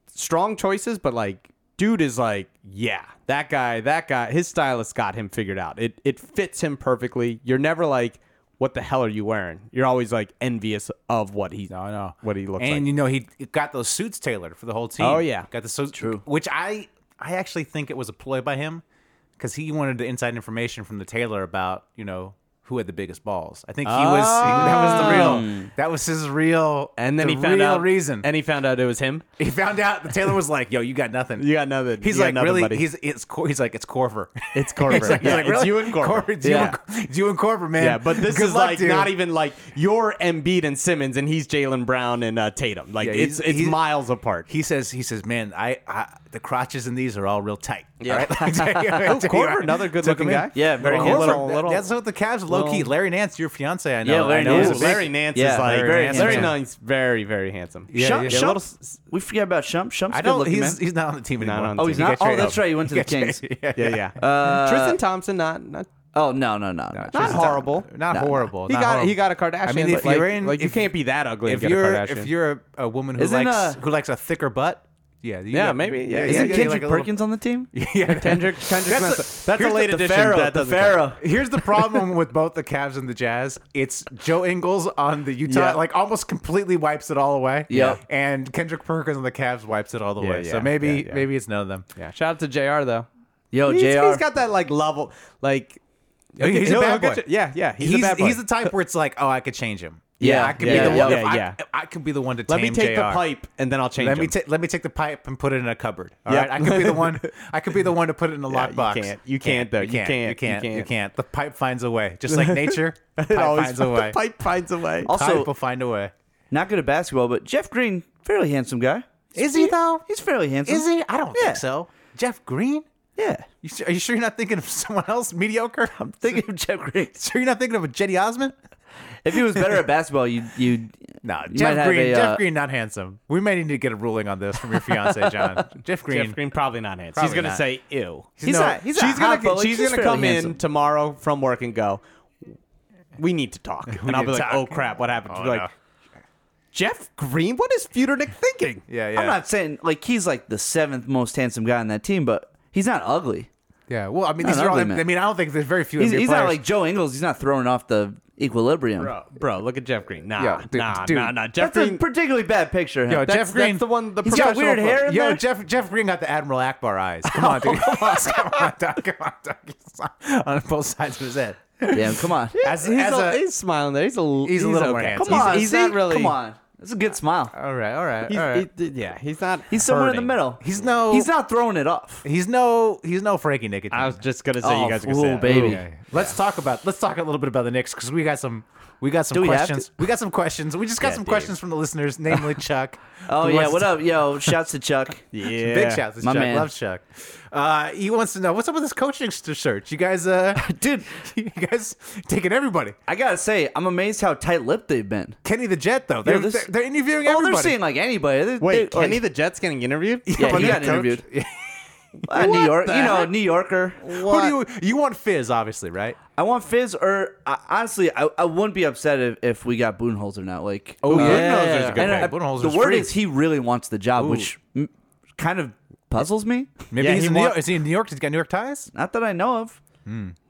H: strong choices, but like dude is like, yeah, that guy, that guy, his stylist got him figured out. It it fits him perfectly. You're never like, what the hell are you wearing? You're always like envious of what he
G: No, no.
H: what he looks
G: and
H: like.
G: you know, he got those suits tailored for the whole team.
H: Oh, yeah.
G: got the suits.
I: True.
G: Which I, I actually think it was a ploy by him, because he wanted the inside information from the tailor about you know who had the biggest balls. I think he was that was the real that was his real
H: Oh. and then
G: the
H: he found
G: real
H: out
G: reason.
H: and he found out it was him.
G: he found out the tailor was like, "Yo, you got nothing.
H: You got nothing.
G: He's
H: You got
G: like
H: nothing,
G: really.
H: buddy."
G: He's it's Cor- he's like it's Corver.
H: It's Corver.
G: (laughs) He's like, he's
H: yeah,
G: like,
H: it's
G: really?
H: you and Corver.
G: it's, you and, it's you and Corver, man.
H: Yeah, but this
G: Good
H: is
G: luck,
H: like
G: dude.
H: not even like you're Embiid and Simmons, and he's Jalen Brown and uh, Tatum. Like
G: Yeah,
H: it's
G: he's-
H: it's
G: he's-
H: miles apart.
G: He says, he says, man, I, I the crotches in these are all real tight.
H: Yeah.
G: All right? I'll tell you- I'll tell you
H: Corver,
G: what.
H: another good
G: Took
H: looking
G: him in.
H: guy.
I: Yeah, very
H: Corver,
I: handsome.
H: little,
G: That-
H: little,
G: That's what the Cavs low key.
H: little-
G: Larry Nance, your fiance, I know.
I: Yeah, Larry
G: I know
I: Nance
G: is
H: Ooh,
G: a
I: big-
H: Larry Nance
I: yeah,
H: is like
G: very
H: very,
G: handsome.
H: nice, very very handsome.
G: Yeah,
I: Shump,
G: yeah.
I: Shump-
G: A little
I: we forget about Shump. Shump's
G: I don't.
I: good looking,
G: He's
I: man.
G: he's not on the team
H: Not
G: anymore.
H: on the Oh, he's team.
G: He
I: not?
G: got
I: Oh,
G: traded
I: that's
G: out.
I: right, he went to
G: He
I: the
G: got traded-
I: Kings.
G: Yeah, yeah.
H: yeah, yeah. Tristan Thompson, not not,
I: Uh, Oh no, no, no, no.
H: not
G: Tristan-
H: horrible.
G: Not horrible.
H: he
G: not
H: got
G: horrible.
H: he got a Kardashian.
G: I mean,
H: but
G: if
H: like,
G: you're in,
H: like you
G: if-
H: can't be that ugly.
G: If
H: and get a
G: you're
H: Kardashian.
G: if you're a woman who
I: Isn't,
G: likes
I: uh,
G: who likes a thicker butt, yeah, you
H: yeah,
G: got-
H: maybe yeah.
G: yeah,
I: Isn't
G: yeah,
I: Kendrick
G: like a little-
I: Perkins on the team?
G: (laughs) yeah.
H: Kendrick, Kendrick
G: That's a-
H: that's, a, that's a
G: here's
H: late
G: the
H: addition.
G: Pharaoh,
H: that
G: the
H: doesn't count.
G: Here's the problem (laughs) with both the Cavs and the Jazz. It's Joe Ingles on the Utah,
H: Yeah.
G: like almost completely wipes it all away.
I: Yeah.
G: And Kendrick Perkins on the Cavs wipes it all the
H: Yeah,
G: way. so
H: yeah,
G: maybe
H: yeah, yeah.
G: maybe it's none of them.
H: Yeah, shout out to Jr. though.
I: Yo,
H: He's-
I: Jr.
H: he's got that like level like.
G: He's, a
H: he'll-
G: bad
H: he'll
G: boy.
H: get you- Yeah, yeah. He's,
G: He's,
H: a bad boy.
G: he's the type where it's like, oh, I could change him.
I: Yeah,
G: I could
I: yeah,
G: be the
I: yeah,
G: one.
H: yeah,
G: if I,
H: yeah.
G: I could be the one to
H: Let me
G: tame
H: take the
G: JR.
H: pipe and then I'll change
G: Let
H: him.
G: me take let me take the pipe and put it in a cupboard. All
H: Yeah.
G: right, I could be the one. I could be the one to put it in a
H: you
G: lockbox.
H: can't. You can't, though. You can't.
G: You
H: You
G: can't.
H: can't.
G: You can't. The pipe finds a way, just like nature. the
H: (laughs) it
G: pipe
H: always
G: finds a
H: The
G: way.
H: pipe finds a way.
I: also
G: pipe will find a way.
I: not good at basketball, but Jeff Green, fairly handsome guy.
G: Is he though?
I: He's fairly handsome.
G: Is he? I don't
I: Yeah.
G: think so. Jeff Green? (laughs)
I: Yeah.
G: You su- are you sure you're not thinking of someone else mediocre? I'm
I: Think of Jeff Green.
G: (laughs) sure you're not thinking of a Jetty Osmond.
I: If he was better at basketball, you'd you'd
G: No,
I: you might
G: Jeff
I: have
G: Green.
I: a,
G: Jeff
I: uh,
G: Green not handsome. We may need to get a ruling on this from your fiance, John. Jeff Green.
H: Jeff Green probably not answer.
G: Probably
H: he's gonna
G: not.
H: say ew.
G: He's No, not- he's
H: she's
I: not hot,
H: gonna
I: but, like,
H: she's
I: he's
H: gonna
I: fairly
H: come in
I: handsome.
H: tomorrow from work and go. we need to talk. and I'll
G: need
H: be like,
G: to talk.
H: oh crap, what happened?
G: Oh,
H: You're like, Jeff Green, what is Feudernick thinking?
G: Yeah, yeah.
I: I'm not saying like he's like the seventh most handsome guy on that team, but he's not ugly.
G: yeah. Well, I mean,
I: No,
G: these
I: not
G: are all. I
I: ugly, man.
G: mean, I don't think there's very few.
I: He's,
G: NBA
I: he's not
G: players-
I: like Joe Ingles. He's not throwing off the equilibrium.
H: Bro, bro, look at Jeff Green. Nah,
G: Yo, dude,
H: nah,
G: dude.
H: nah, nah. Jeff
I: That's
H: Green.
I: a particularly bad picture. of
G: Yo,
I: him. That's-
G: Jeff Green.
H: that's the one- the
I: Oh, He's got
H: professional
I: weird
H: player.
I: hair in
G: Yo,
I: there.
G: Jeff Jeff Green got the Admiral Akbar eyes.
I: (laughs)
G: Come on, dude. come on, Doc. Come on, Doc. He's on both sides of his head.
I: Damn, come on.
G: As, (laughs)
H: he's,
G: as
H: a,
G: a,
H: he's smiling there. He's a, he's
G: a little more
H: okay.
G: handsome.
I: Come on.
H: He's, he's
I: see?
H: not really.
I: Come on. That's a good smile.
G: all right, all right,
H: He's,
G: all right.
H: he- yeah, he's not.
I: He's somewhere in
H: hurting.
I: the middle.
G: He's no-
I: He's not throwing it off.
G: He's no he's no Frankie Nicotine.
H: I was just gonna say
I: Oh,
H: you guys are
I: fool,
H: gonna say
I: baby.
H: that.
G: Okay. Let's talk about let's talk a little bit about the Knicks because we got some we got some
I: Do we have
G: questions. We, got some questions. We just got some questions from the listeners, namely Chuck.
I: (laughs) Oh
G: who
I: yeah,
G: wants
I: what
G: to-
I: up, yo? Shouts to Chuck.
H: Yeah.
G: Big shouts to
I: My
G: Chuck.
I: man.
G: Love Chuck. Uh, he wants to know what's up with this coaching st- search. You guys, uh,
I: (laughs) Dude.
G: (laughs) you guys taking everybody.
I: I gotta say, I'm amazed how tight-lipped they've been.
G: Kenny the Jet though. They're,
I: Yo, this-
G: they're, they're interviewing
I: Oh,
G: everybody.
I: they're seeing like anybody. They-
H: Wait,
I: they, like-
H: Kenny the Jet's getting interviewed?
I: (laughs) yeah, he
G: Kenny
I: got
G: the
I: interviewed.
G: coach?
I: Uh, New York,
H: the
I: you know,
H: heck?
I: New Yorker.
G: (laughs) Who do you you want? Fizz, obviously, right?
I: I want Fizz or I, honestly, I, I wouldn't be upset if, if we got Boonholzer now. Like,
G: Oh,
I: we-
G: yeah. Budenholzer's a good pick.
I: And I-
G: Budenholzer's
I: the word
G: free.
I: is he really wants the job, which m- kind of puzzles me.
G: Maybe
H: Yeah,
G: he's
H: he
G: in New
H: wa-
G: York. Is he in New York? Does he got New York ties?
I: Not that I know of,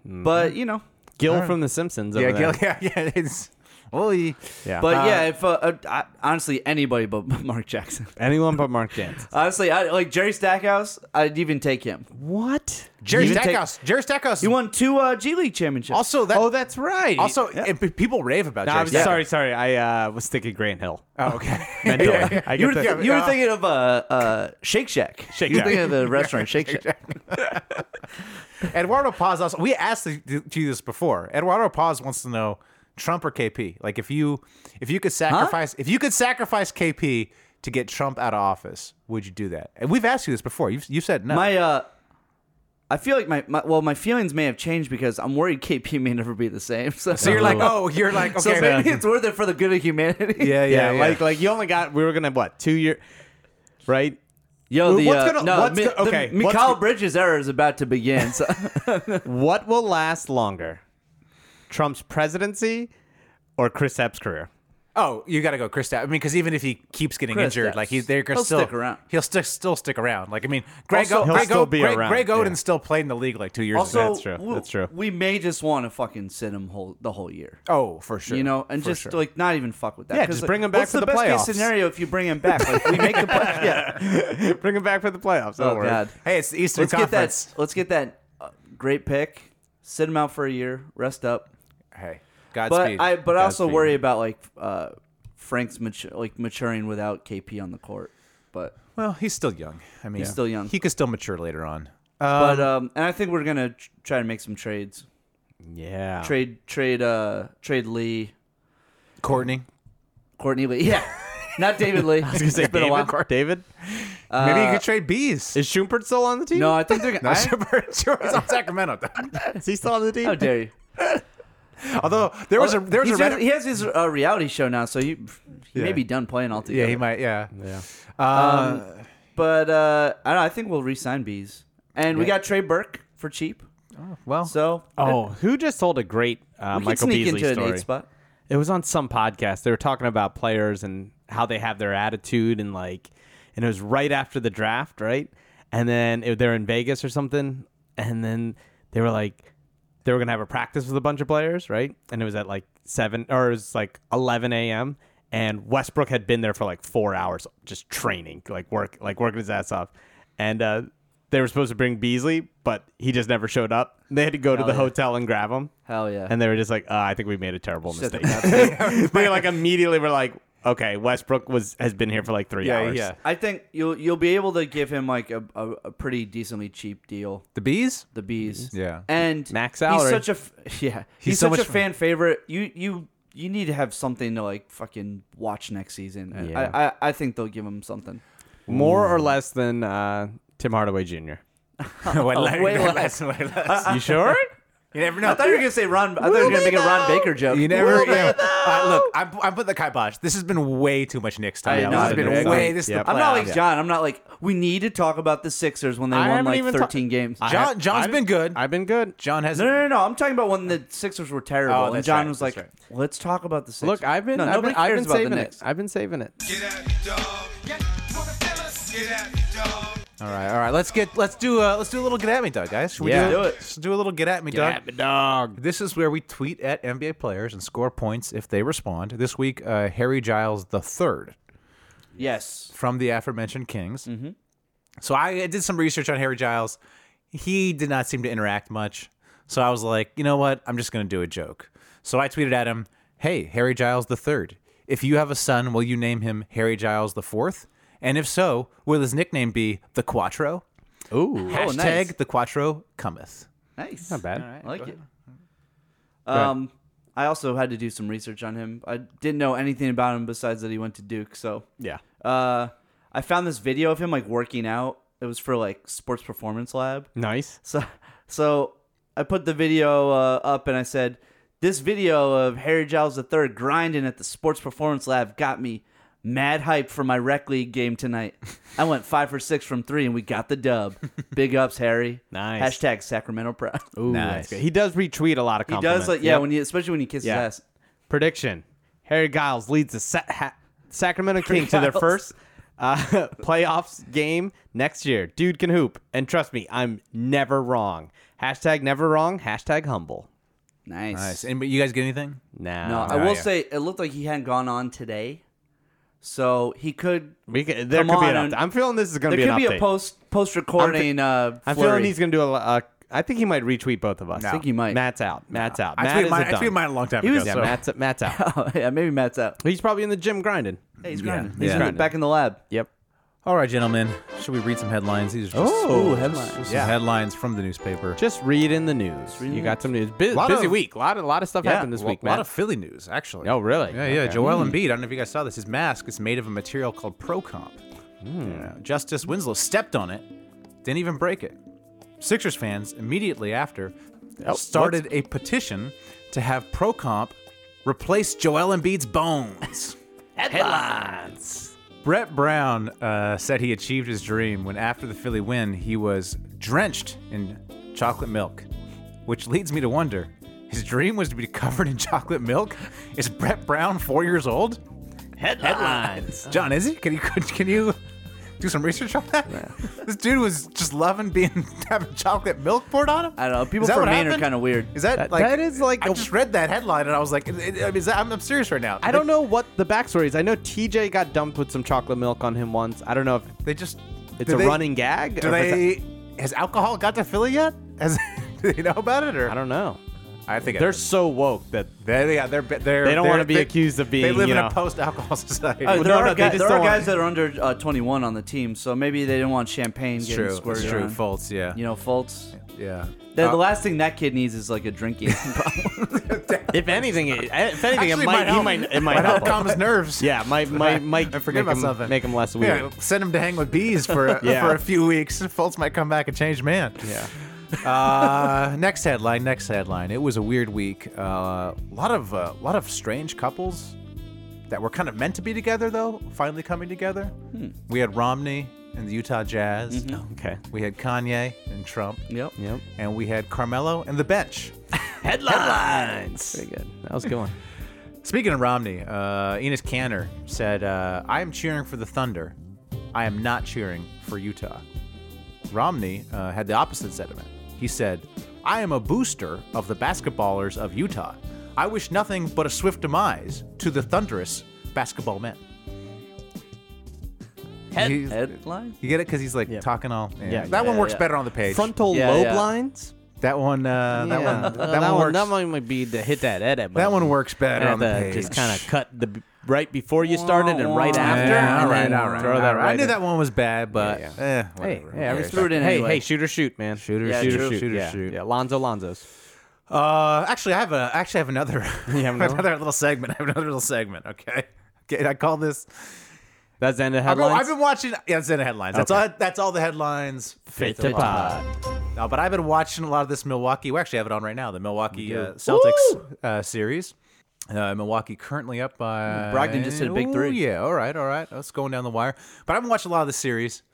I: but you know.
H: Gil from The Simpsons.
G: Yeah,
H: over there.
G: Gil, (laughs) yeah, yeah. It's, oh, he-
H: Yeah.
I: But yeah, if uh, uh, I, honestly anybody but (laughs) Mark Jackson.
H: anyone but Mark Jantz.
I: (laughs) Honestly, I, like Jerry Stackhouse, I'd even take him.
H: What?
G: Jerry
I: You take-
G: Stackhouse. Jerry Stackhouse.
I: He won two uh, G League championships.
G: also that.
H: oh, that's right.
G: Also, and p- people rave about
H: No,
G: Jerry
H: I'm
G: Stackhouse.
H: sorry, sorry. I uh, was thinking Grant Hill.
G: Oh, okay. (laughs)
H: Mentally. I
I: you were,
H: get the-
I: you were thinking of uh, uh, Shake Shack.
H: Shake
I: you were
H: Shack.
I: thinking of the restaurant Shake Shack.
G: Eduardo Paz also. We asked th- th- you this before. Eduardo Paz wants to know Trump or KP. Like if you if you could sacrifice if you could sacrifice KP to get Trump out of office, would you do that? And we've asked you this before. You've you said no.
I: My, uh, I feel like my, my well, my feelings may have changed because I'm worried KP may never be the same. (laughs) So,
G: so you're like, oh, you're (laughs) like, okay,
I: so (laughs) maybe it's worth it for the good of humanity.
G: yeah, yeah,
H: yeah,
G: yeah.
H: like like you only got. We were gonna have, what two year, right?
I: (laughs) Yo, the
H: What's
I: uh,
H: gonna-
I: no,
H: what's
I: Mi-
H: go-
I: the
H: okay, what's
I: Mikal
H: go-
I: Bridges era is about to
H: (laughs)
I: begin. So,
H: What will last longer, Trump's presidency or Chris Epps' career?
G: Oh, you got to go, Chris. Stapps. I mean, because even if he keeps getting
I: Chris
G: injured,
I: Stapps.
G: like he, they're gonna
I: He'll
G: still
I: stick around.
G: He'll still still stick around. Like I mean, Greg,
H: Also-
G: O-
H: He'll
G: Greg,
H: still
G: O-
H: be
G: Greg,
H: around,
G: Greg Oden
H: yeah.
G: still played in the league like two years
I: also,
G: ago.
H: That's true,
I: w-
H: that's true.
I: We may just want to fucking sit him whole, the whole year.
G: Oh, for sure. (laughs)
I: You know, and
G: For
I: just
G: sure.
I: like not even fuck with that.
H: Yeah,
I: 'Cause,
H: just
I: like,
H: bring him back
I: what's
H: for
I: the
H: the
I: best
H: playoffs.
I: case scenario if you bring
H: (laughs)
I: him back? Like we (laughs) make the play- yeah.
H: Bring him back for the playoffs.
I: Oh
H: Don't worry.
I: god,
G: (laughs) hey, it's the Eastern
I: let's get
G: Conference.
I: that. Let's get that uh, great pick. Sit him out for a year, rest up.
G: Hey,
I: But
G: Godspeed.
I: I but I also
G: Godspeed.
I: worry about like uh, Frank's mature, like maturing without KP on the court. But
G: Well, he's still young. I mean,
I: He's still young.
G: He could still mature later on.
I: but um, and I think we're gonna tr- try to make some trades.
H: Yeah.
I: Trade trade uh trade Lee
G: Courtney,
I: Courtney Lee. (laughs) Yeah, not David
H: (laughs)
I: Lee.
H: I was gonna say
I: it's been
H: David.
I: a while.
H: David
G: maybe
I: Uh,
G: you could trade bees. (laughs)
H: is Schumpert still on the team?
I: No, I
H: (laughs)
I: think they're gonna. I-
G: he's on
I: (laughs)
G: Sacramento.
H: is he still on the team?
I: How dare you?
H: (laughs)
G: Although there was a there was a
I: He's
G: Reddit-
I: doing- he has his uh, reality show now, so he, he may be done playing altogether. Um,
G: yeah he might yeah
H: Yeah.
I: But uh, I don't. know, I think we'll re-sign bees, and we got Trey Burke for cheap.
G: well
I: So
H: Oh, who just told a great uh,
I: we can
H: Michael
I: sneak
H: Beasley
I: into
H: story?
I: an eight spot.
H: It was on some podcast. They were talking about players and how they have their attitude and like, and it was right after the draft, right? And then it, they're in Vegas or something, and then they were like, they were gonna have a practice with a bunch of players, right? And it was at like seven or it was like eleven a.m. And Westbrook had been there for like four hours, just training, like work, like working his ass off. And uh, they were supposed to bring Beasley, but he just never showed up. They had to go to
I: Hell
H: the
I: yeah.
H: hotel and grab him.
I: Hell yeah.
H: And they were just like, uh, I think we made a terrible
I: Shut the
H: mistake. (laughs) they like immediately were like, okay, Westbrook was has been here for like three
G: yeah
H: hours.
G: yeah
I: I think you'll you'll be able to give him like a, a, a pretty decently cheap deal.
G: the
I: (laughs)
G: bees
I: The bees.
G: Yeah.
I: And
H: Mm-hmm. Max
I: He's
H: salary.
I: such a f- (laughs) yeah. He's,
G: so
I: such
G: much
I: a
G: fun.
I: fan favorite. You you you need to have something to like fucking watch next season. I-
H: Yeah.
I: I, I I think they'll give him something.
H: More or less than uh, Tim Hardaway Jr.
I: Oh,
G: Wait,
I: way
G: wait,
I: less.
G: wait,
I: (laughs)
G: wait.
I: Uh,
H: You sure?
G: you never
I: I
G: know
I: (laughs) thought you were gonna say Ron. I thought you were gonna make a Ron Baker
H: (laughs)
I: joke.
G: you never yeah. right, look, I'm, I'm putting the kibosh. This has been way too much Knicks time.
I: I
G: this
I: know.
G: has been
H: Agreed.
G: way. This is
H: Yep.
G: the
I: I'm not like
G: playoffs.
I: John. I'm not like we need to talk about the Sixers when they
H: I
I: won
H: haven't
I: like
H: even ta-
I: 13 games.
G: John. John's been good.
H: I've been good.
G: John has.
I: no, no, no, no. I'm talking about when the Sixers were terrible,
G: Oh,
I: and
G: that's
I: John
G: right,
I: was
G: that's
I: like,
G: right.
I: "Let's talk about the Sixers."
H: Look, I've been,
I: No,
H: I've
I: nobody
H: been, I've
I: cares
H: been
I: about the
H: saving it.
I: Knicks.
H: I've been saving it.
G: All right, all right. Let's get. Let's do. Uh, let's do a little get at me, Doug, guys. Should we
H: Yeah.
G: do,
H: Do
G: it? Let's do a little get at me, Doug.
H: dog.
G: This is where we tweet at NBA players and score points if they respond. This week, uh, Harry Giles the third
I: yes,
G: from the aforementioned Kings. Mm-hmm. So I did some research on Harry Giles. He did not seem to interact much. So I was like, you know what? I'm just going to do a joke. So I tweeted at him, "Hey, Harry Giles the third. If you have a son, will you name him Harry Giles the fourth? And if so, will his nickname be the Quattro?
H: Ooh,
G: Hashtag
I: Oh, nice.
G: the Quattro cometh."
I: nice,
H: not bad.
I: I like it. Um, I also had to do some research on him. I didn't know anything about him besides that he went to Duke. So
H: Yeah.
I: uh, I found this video of him like working out. It was for like Sports Performance Lab.
H: Nice.
I: So, so I put the video uh, up and I said, "This video of Harry Giles III grinding at the Sports Performance Lab got me mad hype for my rec league game tonight.
H: (laughs)
I: I went five for six from three and we got the dub. Big ups, Harry.
H: Nice.
I: Hashtag Sacramento proud.
H: Ooh,
G: Nice.
H: that's good. He does retweet a lot of
I: He
H: compliments.
I: does like yeah
H: Yep.
I: when you especially when he kisses
H: Yeah.
I: ass.
H: Prediction: Harry Giles leads the Sa- ha- Sacramento Kings to their
I: Giles.
H: first uh, (laughs) playoffs game next year. Dude can hoop, and trust me, I'm never wrong. Hashtag never wrong. Hashtag humble.
I: Nice.
G: Nice. Anybody, you guys get anything?
H: Nah,
I: No, I will
G: yeah.
I: say it looked like he hadn't gone on today, so he could.
H: we could, there
I: Come
H: could be an
I: on, and-
H: update. I'm feeling this is going
I: There
H: to be an
I: could be
H: update.
I: a post post recording. Uh,
H: I'm
I: flurry.
H: feeling he's going to do a. lo- Uh, I think he might retweet both of us.
G: No. I think
I: he might.
H: Matt's out. Matt's out.
G: I
H: Matt
G: tweeted,
H: is
G: mine,
H: a
G: I
H: dunk.
G: tweeted mine a long time
I: He was-
G: ago.
H: Yeah,
G: so.
H: Matt's Matt's
I: (laughs)
H: out.
I: Oh, yeah, maybe Matt's out.
H: He's probably in the gym grinding.
I: Hey, he's
G: Yeah,
I: grinding.
G: yeah.
I: He's in the- back in the lab.
H: Yep.
G: All right, gentlemen. Should we read some headlines? These are just
H: Oh,
G: ooh,
H: headlines.
G: Some
H: Yeah.
G: headlines from the newspaper.
H: Just read in the news.
I: read in
H: You
I: the
H: got some news. Bu-
G: Lot
H: busy
G: of-
H: week. A lot, a lot of stuff happened this
G: Well,
H: week,
G: A lot
H: man.
G: of Philly news, actually.
H: Oh, really?
G: Yeah, yeah.
H: Okay.
G: Joel Embiid. I don't know if you guys saw this. His mask is made of a material called Procomp. Yeah. Justice Winslow stepped on it, didn't even break it. Sixers fans immediately after started a petition to have Procomp replace Joel Embiid's bones.
H: headlines.
G: Brett Brown uh, said he achieved his dream when, after the Philly win, he was drenched in chocolate milk, which leads me to wonder his dream was to be covered in chocolate milk? Is Brett Brown four years old?
H: Headlines.
G: John, is he? Can you can you do some research on that? This dude was just loving being (laughs) having chocolate milk poured on him.
I: I don't know. People
G: Is that
I: from
G: what
I: Maine are
G: happened?
I: kind of weird.
G: Is that, like
H: that is like
G: I
H: a-
G: just read that headline and I was like, it- it- I mean, is that, I'm, I'm serious right now.
H: I don't know what the backstory is. I know TJ got dumped with some chocolate milk on him once. I don't know if
G: They just
H: it's
G: do
H: a
G: they-
H: running gag.
G: Do
H: or if it's a-
G: they? has alcohol got to Philly yet? Has (laughs) do they know about it or?
H: I don't know.
G: I think
H: They're so woke that
G: They, yeah, they're, they're,
H: They don't
G: they're-
H: wanna be
G: they-
H: accused of
G: They
H: being,
G: live
H: you
G: in
H: know.
G: a post-alcohol (laughs) society.
I: Oh,
H: Well,
I: there
H: no,
I: are,
H: no, they
I: guy-
H: just
I: there are
H: don't
I: guys that are under uh, 21 on the team, so maybe they didn't want champagne
G: it's
I: getting
G: true. It's
I: squirted
G: true.
I: on.
G: Faults. Yeah.
I: You know, faults.
G: yeah.
I: The, the
G: Uh,
I: last thing that kid needs is like a drinking problem.
H: if anything, it, eh, if anything,
G: Actually,
H: it might,
G: help.
H: he might,
G: (laughs)
H: it might help.
G: help
H: him.
G: calm his nerves.
H: Yeah, might, might, might
G: (laughs) I forget
H: make
G: about
H: him,
G: something.
H: Make him less
G: Yeah,
H: weird.
G: send him to hang with bees for a,
H: (laughs) Yeah.
G: for a few weeks. (laughs) Fultz might come back a changed man.
H: Yeah.
G: (laughs) Uh, next headline. Next headline. It was a weird week. A uh, lot of uh, lot of strange couples that were kind of meant to be together, though, finally coming together.
H: Hmm.
G: We had Romney and the Utah Jazz.
H: Okay.
G: We had Kanye and Trump.
I: yep.
H: Yep.
G: And we had Carmelo and the bench.
H: Pretty good. That was a good one.
G: Speaking of Romney, uh, Enos Kanter said, uh, I am cheering for the Thunder. I am not cheering for Utah. Romney uh, had the opposite sentiment. He said, I am a booster of the basketballers of Utah. I wish nothing but a swift demise to the thunderous basketball men. He's-
I: Headline?
G: you get it? Because he's like
H: Yeah.
G: talking all. Yeah.
H: Yeah,
G: that one
I: yeah,
G: works
I: yeah.
G: better on the page.
H: Frontal
I: Yeah,
H: lobe
I: yeah.
H: lines.
G: that one, uh, that
H: Yeah.
G: one, that,
H: Uh,
G: one, works.
H: That one might be to hit that edit.
G: that
H: button.
G: one works better on
H: And
G: the
H: have to
G: page.
H: Just kind of cut the b- right before you started and right
I: Yeah,
H: after.
G: Yeah,
H: and
G: all right,
H: then
G: all right.
H: Throw
G: all
H: that
G: right.
H: right
G: I knew
H: in.
G: that one was bad, but
H: Yeah,
G: eh,
H: Hey,
G: whatever.
H: yeah, I
G: Who
H: respect
I: Threw it in
H: Hey,
I: anyway.
H: hey, shoot or shoot, man.
G: Shooter,
I: Yeah,
G: shooter,
I: true.
G: shooter, shooter,
H: yeah, Yeah, Lonzo, Lonzo's.
G: Uh, actually, I have a actually I have another. (laughs) I have
H: another
G: another, little segment. I have another little segment. Okay, okay. I call this.
H: That's the end of
G: I've been,
H: headlines.
G: I've been watching. Yeah, it's in the headlines. That's all. That's all the headlines.
H: Fit to pod.
G: No, but I've been watching a lot of this Milwaukee. We actually have it on right now. The Milwaukee uh, Celtics uh, series. Uh, Milwaukee currently up by
I: Brogdon just hit a big three.
G: Ooh, yeah, all right, all right. That's going down the wire. But I've watched a lot of the series,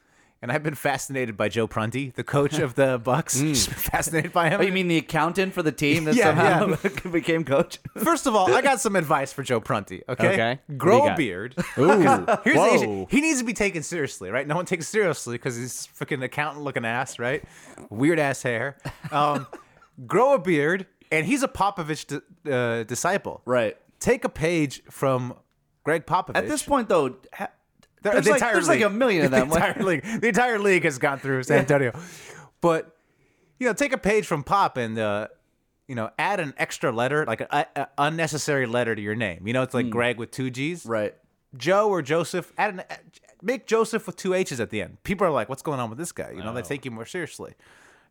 G: and I've been fascinated by Joe Prunty, the coach of (laughs) the Bucks. Just been fascinated by him.
I: Oh, you mean the accountant for the team that
G: Yeah,
I: somehow (laughs) became coach?
G: First of all, I got some advice for Joe Prunty. Okay,
H: Okay. What do
G: grow
H: you
G: a
H: got? (laughs)
G: beard.
H: Ooh,
G: (laughs) Here's the issue.
H: whoa.
G: He needs to be taken seriously, right? No one takes seriously because he's freaking accountant looking ass, right? Weird ass hair. Um,
H: (laughs)
G: grow a beard, and he's a Popovich di- uh, disciple.
I: Right.
G: Take a page from Greg Popovich.
I: At this point, though, ha-
G: The-
I: there's,
G: the
I: like,
G: entire
I: there's like a
G: league.
I: million of
G: The
I: (laughs) them. Like,
G: entire league, the entire league has gone through San Antonio, but you know, take a page from Pop and uh, you know, add an extra letter, like an unnecessary letter to your name. You know, it's like Greg with two G's,
I: Hmm. right.
G: Joe or Joseph. Add an make Joseph with two H's at the end. People are like, "What's going on with this guy?" You know, they take you more seriously.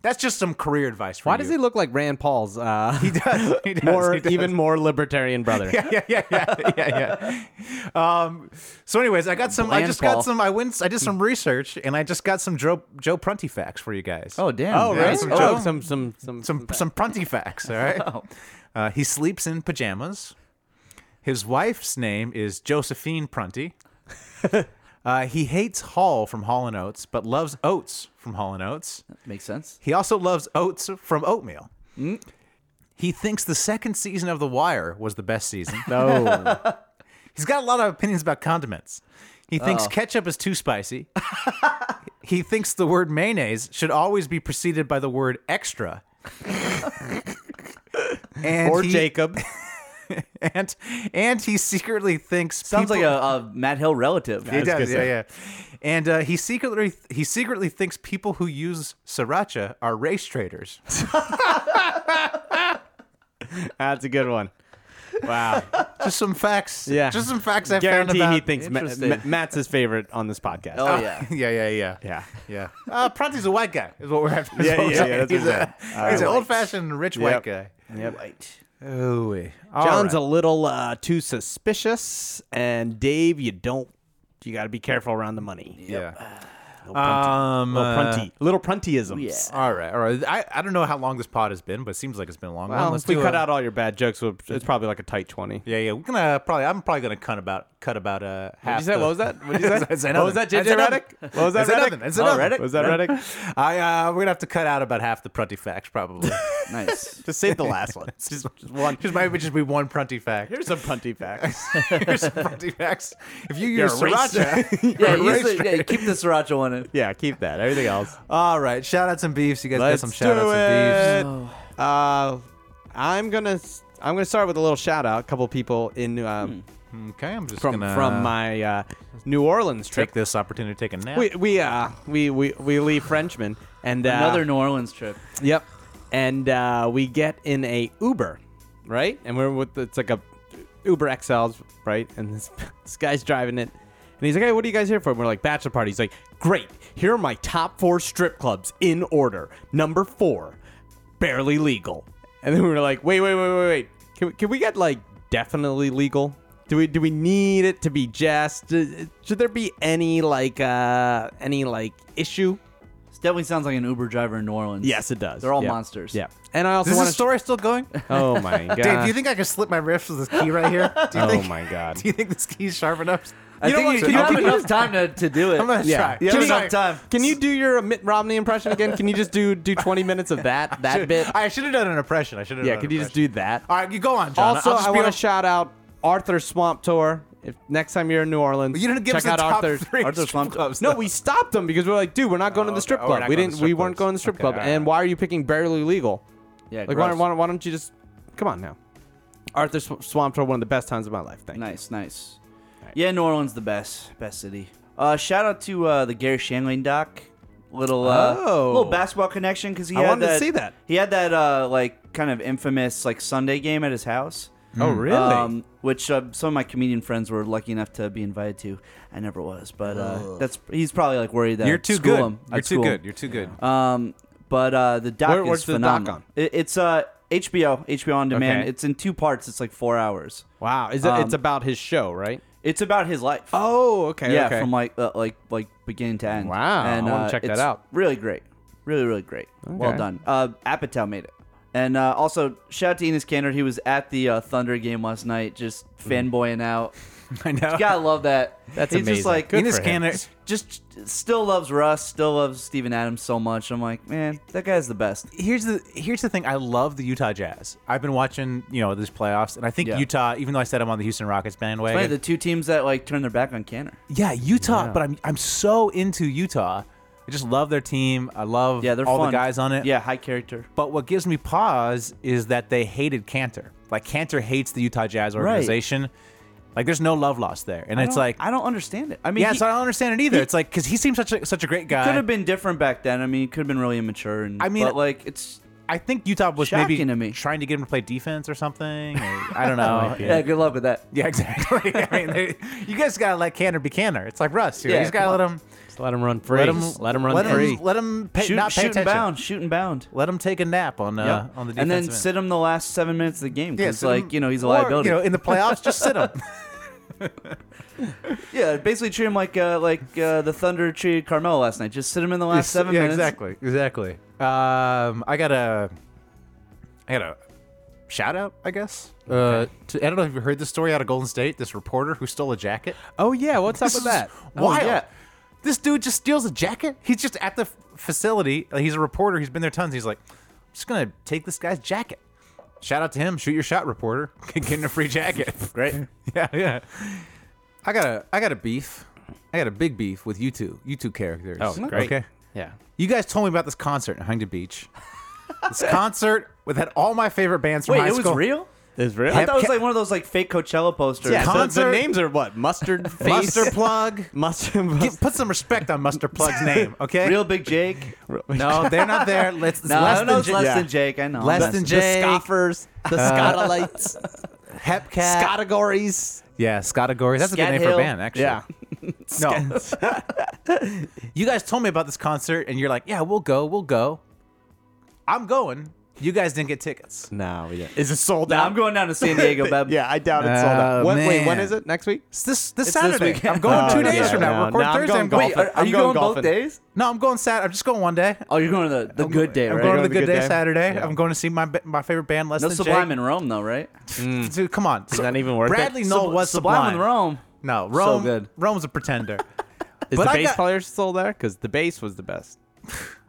G: That's just some career advice. For
H: Why does he
G: you.
H: look like Rand Paul's uh,
G: (laughs) He does. He does.
H: more,
G: he does.
H: even more libertarian brother?
G: (laughs) yeah, yeah, yeah, yeah, yeah. Um, so, anyways, I got some. I
I: Bland
G: just
I: Paul.
G: got some. I went. I did some research, and I just got some Joe Joe Prunty facts for you guys.
I: Oh, damn.
H: Oh,
G: Yeah,
H: really?
G: some
H: oh,
G: Joe-
H: some some some
G: some some Prunty facts. All right.
I: Oh.
G: Uh, he sleeps in pajamas. His wife's name is Josephine
I: (laughs)
G: Prunty. Uh, he hates Hall from Hall and Oates, but loves Oats from Hall and Oates.
I: Makes sense.
G: He also loves oats from oatmeal.
I: Mm.
G: He thinks the second season of The Wire was the best season.
H: No.
G: He's got a lot of opinions about condiments. He thinks
H: Oh.
G: ketchup is too spicy. he thinks the word mayonnaise should always be preceded by the word
H: (laughs)
G: extra. (laughs) and
H: or
G: he-
H: Jacob.
G: And, and he secretly thinks
I: Sounds like
G: people-
I: a, a Matt Hill relative.
G: (laughs) He does,
H: gonna
G: yeah, yeah. And uh, he secretly he secretly thinks people who use sriracha are race traders.
H: That's a good one. Wow.
G: Just some facts.
H: Yeah.
G: Just some facts I
H: Guarantee
G: found
H: he
G: about.
H: thinks Ma-
I: Interesting.
H: Ma- Matt's his favorite on this podcast.
I: Oh, yeah.
G: (laughs)
I: (laughs)
G: yeah, yeah, yeah,
H: Yeah.
G: yeah. Uh, Pronti's a white guy, is what we're after. is
H: Yeah,
G: what I'm
H: yeah, yeah,
G: saying.
H: that's what
G: He's,
H: I'm
G: a, (laughs) he's an old-fashioned rich white
H: Yep.
G: guy.
I: White.
G: Oh, wait.
H: John's a little uh, too suspicious, and Dave, you don't. You got to be careful around the money.
G: yeah.
H: Little prunty.
G: Um,
H: little
G: uh,
H: prunty. Little pruntyisms.
G: all right, all right. I, I don't know how long this pod has been, but it seems like it's been a long. one.
H: Well,
G: Let's
H: if we
G: do
H: cut
G: a-
H: out all your bad jokes, we'll- it's probably like a tight twenty.
G: Yeah, yeah. We're gonna probably. I'm probably gonna cut about cut about uh half.
H: What'd you say?
G: the-
H: What was that?
G: (laughs)
H: What'd you say?
G: I said
H: What was that,
G: nothing. I
H: JJ
G: said nothing.
H: Reddick? What was
G: I
H: that,
G: said
H: Reddick?
G: nothing. I said
H: Oh,
G: nothing.
H: Reddick? Was that Reddick?
G: I uh, we're gonna have to cut out about half the prunty facts probably.
I: Nice.
H: (laughs) Just save the last one. Just, just one.
G: (laughs) Just might just be one prunty fact.
H: (laughs) Here's some prunty
G: (laughs)
H: facts.
G: Here's some prunty facts. If you
H: You're
G: use
H: a racist.
G: sriracha, (laughs)
I: (laughs) yeah,
G: you're a
I: use
G: racist.
I: the, yeah, keep the sriracha one in.
H: yeah, keep that. Everything else.
G: All right, shout outs and beefs. You guys
H: Let's
G: got some
H: do
G: shout outs and
H: it. Uh, I'm gonna s- I'm gonna start with a little shout out. A couple people in um,
G: beefs. Okay, I'm just
H: from
G: Hmm. gonna
H: from my uh, New Orleans trip.
G: take this opportunity to take a nap.
H: We we uh we we we leave Frenchman and uh,
I: Another New Orleans trip.
H: Yep. And uh, we get in a Uber, right? And we're with it's like a Uber XLs, right? And this (laughs) this guy's driving it. And he's like, "Hey, what are you guys here for?" And we're like, "Bachelor party." He's like, "Great. Here are my top 4 strip clubs in order. Number 4, barely legal." And then we were like, "Wait, wait, wait, wait, wait. Can we, can we get like definitely legal?" Do we, do we need it to be just? uh, Should there be any like uh any like issue?
I: This definitely sounds like an Uber driver in New Orleans.
H: Yes, it does.
I: They're all
H: Yeah.
I: monsters.
H: Yeah, and I
G: Is
H: also
G: this
H: want
G: story still going?
H: (laughs) Oh my god.
G: Dave, do you think I can slip my wrist with this key right (laughs) here? Do you
H: Oh
G: think,
H: my
G: (laughs)
H: god.
G: Do you think this key's sharp enough?
I: I think you,
G: can
I: you
G: you,
I: have
G: can you-
I: enough time to, to do it.
G: (laughs) I'm gonna
H: Yeah.
G: try.
H: Yeah,
G: Give
H: I'm
G: me
H: sorry.
G: some
H: Can you do your Mitt Romney impression again? Can you just
G: (laughs)
H: do do 20 minutes of that that bit?
G: I should have done an impression. I should have.
H: yeah,
G: done
H: could
G: an
H: you just
G: impression.
H: do that?
G: All right, you go on, John.
H: Also,
G: I'll just
H: I
G: be
H: want to
G: on-
H: shout out Arthur Swamp Tour. If next time you're in New Orleans,
G: You didn't give
H: check
G: us the
H: out
G: top
H: Arthur's
G: three
H: Arthur's
G: strip (laughs)
H: Swamp
G: clubs,
H: No,
G: though.
H: we stopped them because we were like, dude, we're not going to the
G: okay.
H: strip
G: Oh, we're
H: club.
G: not
H: we
G: going to
H: didn't.
G: the
H: We
G: strip
H: weren't
G: clubs.
H: going to the strip
G: Okay,
H: club.
G: all right.
H: And why are you picking barely legal?
I: Yeah,
H: Like, why,
I: gross.
H: why, why don't you just come on now? Arthur Sw- Swamp Tour, one of the best times of my life. Thank you.
I: Nice, nice. Yeah, New Orleans the best, best city. Uh, shout out to uh, the Gary Shanley doc. Little uh,
H: Oh.
I: little basketball connection because he
H: I
I: had
H: wanted to
I: that,
H: see that.
I: He had that uh, like kind of infamous like Sunday game at his house.
H: Oh, really?
I: Um, which uh, some of my comedian friends were lucky enough to be invited to. I never was, but uh, that's he's probably like worried that
G: You're
I: I'd
G: too
I: school
G: good.
I: Him.
G: You're
I: I'd
G: too
I: school him.
G: good. You're too good.
I: Um, but uh, the doc
H: Where-
I: is
H: where's the doc
I: phenomenal.
H: on?
I: It- it's uh, HBO, HBO on demand.
H: Okay.
I: It's in two parts. It's like four hours.
H: Wow, is it,
I: Um,
H: it's about his show, right?
I: It's about his life.
H: Oh, okay,
I: yeah, from like uh, like like beginning to end. uh,
H: Wow, I wanna check that
I: it's
H: out.
I: Really great, really really great. Well
H: Okay.
I: done. Uh, Apatow made it. And uh, also, shout out to Enos Kanter. He was at the uh, Thunder game last night, just
H: Mm-hmm.
I: fanboying out.
G: (laughs) I know.
I: You gotta love that.
H: That's
I: He's
H: amazing.
I: just like
H: Good
G: Enos
H: for him.
G: Kanter-
I: just still loves Russ, still loves Steven Adams so much. I'm like, man, that guy's the best.
G: here's the here's the thing. I love the Utah Jazz. I've been watching you know this playoffs, and I think
I: Yeah.
G: Utah. Even though I said I'm on the Houston Rockets bandwagon,
I: Right, the two teams that like turn their back on Canner.
G: yeah, Utah. But I'm I'm so into Utah. I just love their team. I love
I: Yeah, they're
G: all
I: fun.
G: the guys on it.
I: Yeah, high character.
G: But what gives me pause is that they hated Cantor. Like Cantor hates the Utah Jazz organization. Like there's no love lost there, and it's
I: I don't-
G: like
I: I don't understand it. I mean,
G: yeah,
I: he-
G: so I don't understand it either. it's like because he seems such a such a great guy.
I: could have been different back then. I mean, it could have been really immature. And
G: I mean-
I: but like it's
G: I think Utah was
I: Shocking
G: maybe
I: to me.
G: trying to get him to play defense or something. or- I
I: (laughs)
G: don't know.
I: yeah. Good luck with that.
G: Yeah, (laughs) exactly. I mean, they, you guys gotta let Canner be Canner. It's like Russ. You
I: Yeah,
G: just gotta let him,
H: Just let him run free.
G: let him,
H: Just let him run
G: let
H: free.
G: Him, let him pay,
I: Shoot,
G: not pay
I: shoot and
G: attention.
I: bound. Shoot and bound.
G: Let him take a nap on uh,
I: Yeah,
G: on the defense.
I: and then sit him the last seven minutes of the game because like you know he's a
G: or,
I: liability.
G: You know, in the playoffs, just sit (laughs) him.
I: yeah, basically treat him like uh, like uh, the Thunder treated Carmelo last night. Just sit him in the last seven
G: yeah,
I: minutes.
G: Exactly. Exactly. Um, I got a, I got a shout out. I guess. Uh, to, I don't know if you heard this story out of Golden State. This reporter who stole a jacket.
H: oh yeah, what's up
G: This
H: with
G: is
H: that? Oh,
G: Wild.
I: yeah.
G: Oh, This dude just steals a jacket. He's just at the f- facility. Like, he's a reporter. He's been there tons. He's like, I'm just gonna take this guy's jacket. Shout out to him. Shoot your shot, reporter. (laughs) Getting a free (laughs) jacket.
I: Great.
G: yeah, yeah. I got a, I got a beef. I got a big beef with you two, you two characters.
H: Oh, great.
G: Okay.
H: Yeah.
G: You guys told me about this concert in Huntington (laughs) Beach. this concert with had all my favorite bands from
I: Wait,
G: high
I: it was
G: school.
I: real.
H: Is real? (laughs)
I: I thought it was
G: Ca-
I: like one of those like fake Coachella posters.
H: yeah, so
G: concert-
H: the names are what? Mustard face.
G: Mustard plug.
H: Mustard.
G: Get- put some respect on Mustard (laughs) Plug's name, okay?
I: Real Big Jake.
G: (laughs) No, they're not there. Let's
I: No,
G: less
I: I know
G: than
I: it's
G: J-
I: less
G: yeah.
I: than Jake. I know.
G: Less
I: That's-
G: than
H: the
G: Jake.
H: scoffers. The Scottolites. (laughs)
G: Hepcat.
H: Scottagories.
G: yeah, Scottagory. That's a
I: Scat
G: good name for
I: Hill.
G: a band, actually. (laughs) No. (laughs) you guys told me about this concert, and you're like, "Yeah, we'll go, we'll go." I'm going. You guys didn't get tickets.
H: No, we didn't. Is it sold
I: Nah, I'm going down to San Diego, Beb.
H: yeah, I doubt it's sold out.
G: Oh,
H: What, wait, when
G: man.
H: is it? Next week?
G: It's this this
I: this
G: Saturday.
I: weekend.
G: I'm going
H: Oh,
G: two days
H: yeah,
G: from now.
H: no,
G: We're recording
H: no, I'm
G: Thursday.
H: going
G: I'm going.
I: Wait, are, are
H: I'm
I: you
H: going
I: going, both
H: golfing.
I: days?
G: no, I'm going Saturday. I'm just going one day.
I: Oh, you're going to the, the good day,
G: I'm
I: right?
G: going
H: Going
G: to
H: to
G: the good
H: Good
G: day,
H: Day?
G: Saturday.
H: Yeah.
G: I'm going to see my ba- my favorite band, Less
I: no
G: Than
I: Sublime
G: Jake.
I: in Rome, though, right?
G: Dude, come on.
H: that even worth it?
G: Bradley Knoll was
I: Sublime
G: Sublime.
I: in Rome.
G: No, Rome.
I: good.
G: Rome's a pretender.
H: Is
G: But
H: the
G: I
H: bass
G: got-
H: player still there? Because the bass was the best.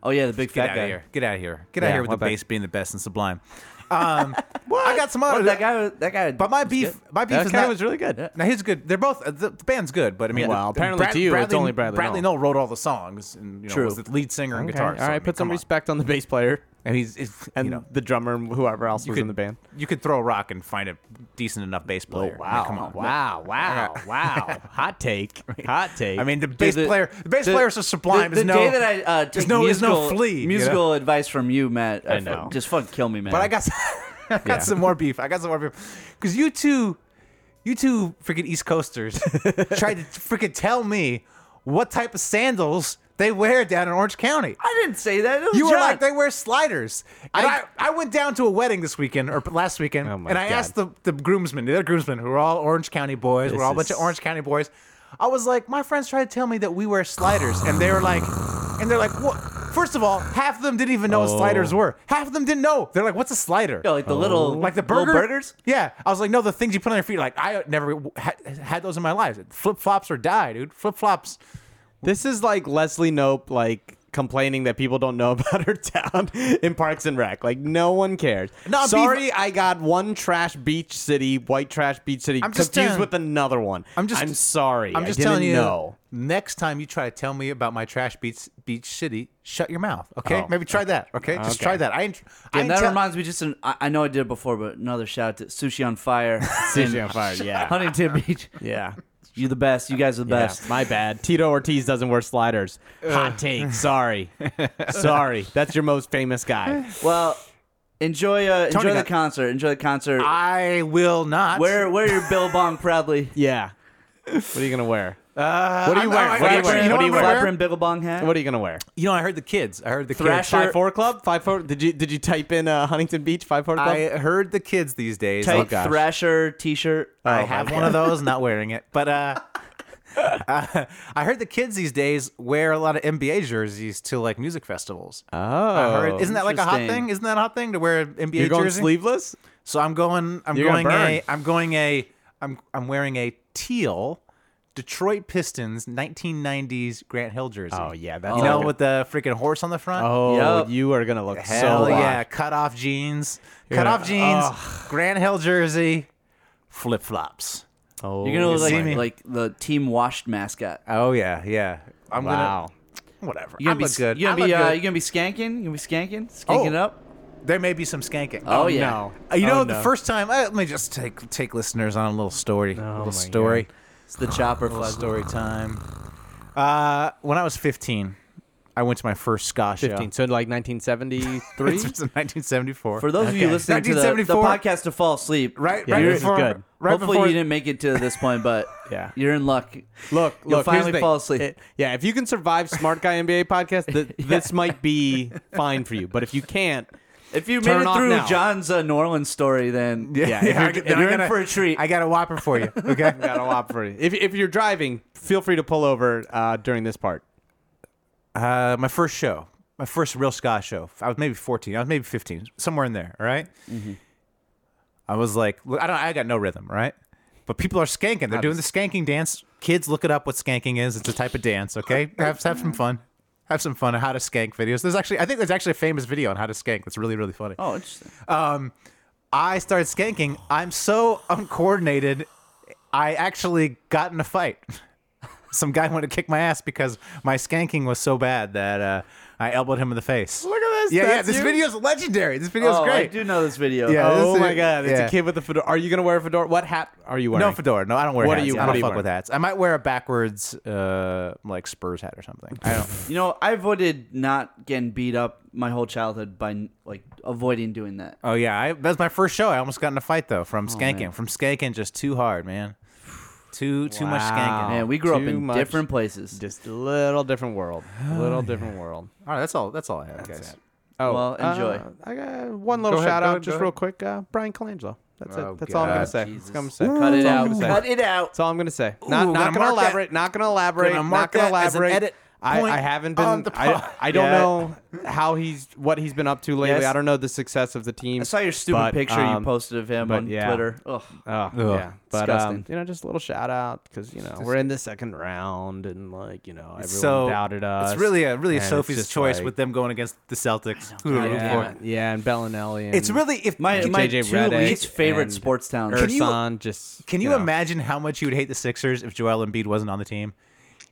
I: Oh yeah, the big
G: Get
I: fat
G: out
I: guy.
G: of here. Get out of here. Get out
H: Yeah,
G: of here with
H: why
G: the
H: back-
G: bass being the best and Sublime.
H: (laughs)
G: Um, I got some
I: Oh,
G: other
I: that guy. That guy.
G: But my
I: was
G: beef,
I: good.
G: my beef
H: That
G: is
H: guy
G: not.
H: was really good.
G: now he's good. They're both uh, the, the band's good, but I mean,
H: Well,
G: the- the
H: apparently to you, it's only Bradley
G: Bradley
H: Knoll.
G: Knoll wrote all the songs and you know,
I: True.
G: was the lead singer and
H: Okay,
G: guitar.
H: All right, put some respect on the bass player
G: And he's, it's-
H: and
G: you know,
H: the drummer and whoever else
G: you
H: was
G: could,
H: in the (laughs) band.
G: You could throw a rock and find a decent enough bass player. I mean, come on,
H: Wow,
G: (laughs)
H: wow, wow. Hot take. Hot take.
G: I mean, the bass
I: the-
G: player, the bass players are Sublime.
I: The,
G: is no,
I: the day that I uh,
G: is
I: take
G: no, is
I: musical,
G: no flea. you know?
I: musical advice from you, Matt. I,
H: know.
I: fu- Just fucking kill me, man.
G: But I got, some, (laughs) I got some more beef. I got some more beef because you two, you two freaking East Coasters tried to freaking tell me what type of sandals they wear down in Orange County.
I: I didn't say that. It was
G: You were
I: John.
G: like they wear sliders. And
I: I-
G: I, I, went down to a wedding this weekend or last weekend,
H: Oh my
G: and I
H: God.
G: asked the, the groomsmen, the other groomsmen, who are all Orange County boys. we're all a bunch of
H: is-
G: Orange County boys. I was like, my friends tried to tell me that we wear sliders, and they were like, and they're like, what? First of all, half of them didn't even know what sliders were. Half of them didn't know. They're like, what's a slider?
I: Yeah, like the little
G: like the
I: little
G: burger
I: burgers.
G: Yeah, I was like, no, the things you put on your feet. Like I never w- ha- had those in my life. Flip flops or die, dude. Flip flops.
H: This is like Leslie Nope, like complaining that people don't know (laughs) about her town in Parks and Rec. Like no one cares.
G: No, I'm
H: Sorry,
G: beef-
H: I got one trash beach city, white trash beach city,
G: I'm just
H: confused
G: telling-
H: with another one.
G: I'm just.
H: I'm sorry.
G: I'm just
H: I didn't
G: telling you.
H: Know.
G: Next time you try to tell me about my trash beach beach city, shut your mouth. Okay,
H: Oh,
G: maybe try that. Okay, just
H: Okay.
G: try that. I ain't. I
I: And
G: ain't
I: that
G: tell-
I: reminds me, just an, I, I know I did it before, but another shout out to Sushi
G: (laughs)
I: on Fire,
H: Sushi on fire.
I: in
H: Yeah.
I: Huntington Beach.
H: (laughs) Yeah.
I: You're the best. You guys are the best.
H: Yeah, my bad. Tito Ortiz doesn't wear sliders. Hot
G: (laughs)
H: take. Sorry. sorry. That's your most famous guy.
I: Well, enjoy uh, enjoy
G: Tony
I: the
G: got-
I: concert. Enjoy the concert.
G: I will not.
I: wear wear your billabong proudly.
H: Yeah. What are you gonna wear?
G: Uh,
H: What do
G: I'm-
H: you wear?
G: I'm-
H: What do you
G: actually,
H: wear?
G: You know (laughs) what,
H: What
G: I'm
H: do you
G: gonna
H: wear?
I: Flapper
G: wear?
I: and billabong hat.
H: What are you gonna wear?
G: You know, I heard the kids. I heard the kids.
I: Thrasher.
H: Five four club. Five four. Did you did you type in uh, Huntington Beach five four club?
G: I heard the kids these days.
I: Tight
G: Oh, gosh.
I: Thrasher t-shirt.
G: I have one of those, not wearing it. But uh, (laughs) I heard the kids these days wear a lot of NBA jerseys to like music festivals. Oh, I heard, isn't that like a hot
I: interesting.
G: thing? Isn't that a hot thing to wear an NBA
H: You're going
G: jersey?
H: sleeveless?
G: So I'm going. I'm
H: You're gonna
G: going a.
H: burn.
G: I'm going a. I'm I'm wearing a teal Detroit Pistons 1990s Grant Hill jersey.
H: Oh, yeah, that's
G: you know
H: like a-
G: with the freaking horse on the front.
H: Oh,
I: Yup.
H: you are gonna look
G: hell
H: so
G: yeah!
H: yeah.
G: Cut off jeans. cut off jeans. Grant Hill jersey. Flip flops.
H: Oh,
I: You're gonna look
G: see
I: like,
G: me.
I: like the team washed mascot.
G: Oh yeah, yeah. I'm
H: wow.
G: gonna whatever.
I: You're gonna
G: I'm
I: be
G: look good.
I: You're gonna
G: I
I: be
G: look
I: uh,
G: good.
I: you're gonna be skanking. You're gonna be skanking, skanking it
G: Oh.
I: up.
G: There may be some skanking.
I: Oh, yeah.
G: Uh, You
H: Oh,
G: know,
H: no.
G: the first time. I, let me just take take listeners on a little story. A
H: my
G: little story.
H: God.
I: It's the chopper
G: Little
I: flag.
G: story time. Uh, when I was 15, I went to my first ska show.
H: 15. So like 1973.
G: This was in 1974.
I: For those of you
G: Okay.
I: listening to the, the
G: 1974.
I: podcast to fall asleep,
G: right,
H: Yeah,
G: right
H: this is
G: before,
H: good.
G: right
I: Hopefully
G: before
I: you didn't make it to this point, but
H: Yeah.
I: you're in luck.
H: (laughs) look,
I: You'll
H: look. here's
I: finally
H: the thing.
I: fall asleep.
H: It- yeah, if you can survive Smart Guy NBA podcast,
I: (laughs)
H: th- this might be fine for you. But if you can't,
I: If you
H: Turn
I: made it
H: off
I: through
H: now.
I: John's uh, New Orleans story, then (laughs)
G: Yeah,
H: yeah,
G: yeah,
H: if you're-
G: I g-
I: if
G: then I
I: you're in
G: gotta-
I: for a treat.
G: I got a whopper for you.
I: (laughs)
G: Okay,
H: got a lot for you. If, if you're driving, feel free to pull over uh, during this part.
G: uh, my first show, my first real ska show. I was maybe 14. I was maybe 15, somewhere in there. All right? I was like, look, I don't, I got no rhythm, right? But people are skanking. They're doing the skanking dance. Kids, look it up. What skanking is? It's a type of dance. Okay, have have some fun. Have some fun. on How to skank videos. There's actually, I think there's actually a famous video on how to skank. That's really really funny.
I: oh, interesting.
G: Um, I started skanking. I'm so uncoordinated. I actually got in a fight. (laughs) Some guy wanted to kick my ass because my skanking was so bad that uh, I elbowed him in the face.
H: Look at this.
G: Yeah, yeah.
H: That's
G: This
H: you?
G: video's legendary. This video's
I: oh,
G: great.
I: I do know this video.
G: Yeah.
H: oh
G: this is-
H: my god, it's
G: yeah.
H: a kid with a fedora. Are you gonna wear a fedora? What hat are you wearing?
G: No fedora. No, I don't wear
H: What are
G: hats.
H: you-
G: I
H: what
G: don't
H: are
G: fuck
H: you wearing?
G: with hats. I might wear a backwards, uh, like Spurs hat or something. I
H: (laughs)
G: don't.
I: You know, I avoided not getting beat up my whole childhood by like avoiding doing that.
G: oh yeah, I, that's my first show. I almost got in a fight though from
H: Oh,
G: skanking. From skanking, just too hard, man. Too too much
H: Wow.
G: skanking.
I: Man, we grew up
H: too
I: in
H: much.
I: different places.
H: Just a little different world. A
I: (sighs)
H: little different world.
G: All right, that's all. That's all I have, guys.
H: Oh,
I: Well, enjoy.
H: uh, I got one little
G: Go ahead,
H: shout
G: go
H: out,
G: ahead, go
H: just
G: ahead.
H: real quick. Uh, Brian Colangelo. That's
G: Oh,
H: it. That's all I'm gonna
G: God.
H: say.
I: Jesus.
H: That's all I'm gonna say.
I: Cut it
H: That's all I'm gonna
I: out.
H: say.
I: Cut it out.
H: That's all I'm gonna say. Not
G: Ooh,
H: not
G: gonna
H: gonna,
G: mark that.
H: elaborate. Not gonna elaborate.
G: Gonna mark
H: not gonna
G: that as an
H: elaborate.
G: edit
H: I,
G: point
H: I haven't been.
G: on the pod.
H: I, I don't
G: Yeah.
H: know how he's what he's been up to lately.
I: Yes.
H: I don't know the success of the team.
I: I saw your stupid
H: but,
I: picture
H: um,
I: you posted of him
H: but
I: on
H: yeah.
I: Twitter. Ugh.
H: Oh, yeah. But um,
I: Disgusting.
H: you know, just a little shout out because you know we're in the second round and like you know everyone
G: so
H: doubted us.
G: It's really a really a
H: and it's
G: Sophie's
H: just
G: choice
H: like-
G: with them going against the Celtics. Who to root
H: yeah,
G: for.
H: yeah, and Bellinelli. And
G: It's really if
I: My
H: Like
I: my
H: JJ
I: two
H: Redick
I: least favorite
H: and
I: sports towns.
G: Can you-
H: Ersan just
G: Can you
H: know.
G: imagine how much you would hate the Sixers if Joel Embiid wasn't on the team?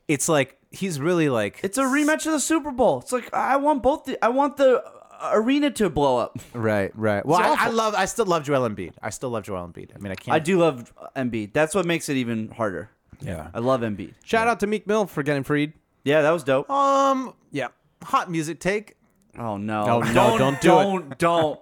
G: It's like he's really like
I: It's a rematch of the Super Bowl. It's like I want both. The, I want the uh, arena to blow up.
G: right, right. Well,
I: It's
G: I, I
I: awful.
G: love, I still love Joel Embiid. I still love Joel Embiid. I mean, I can't.
I: I do love Embiid. That's what makes it even harder.
G: Yeah.
I: I love Embiid.
H: shout out to Meek Mill for getting freed?
I: Yeah, that was dope. Oh,
G: Um,
H: Yeah.
G: hot music take.
I: no,
H: No, no, don't do
I: don't, it. Don't, don't,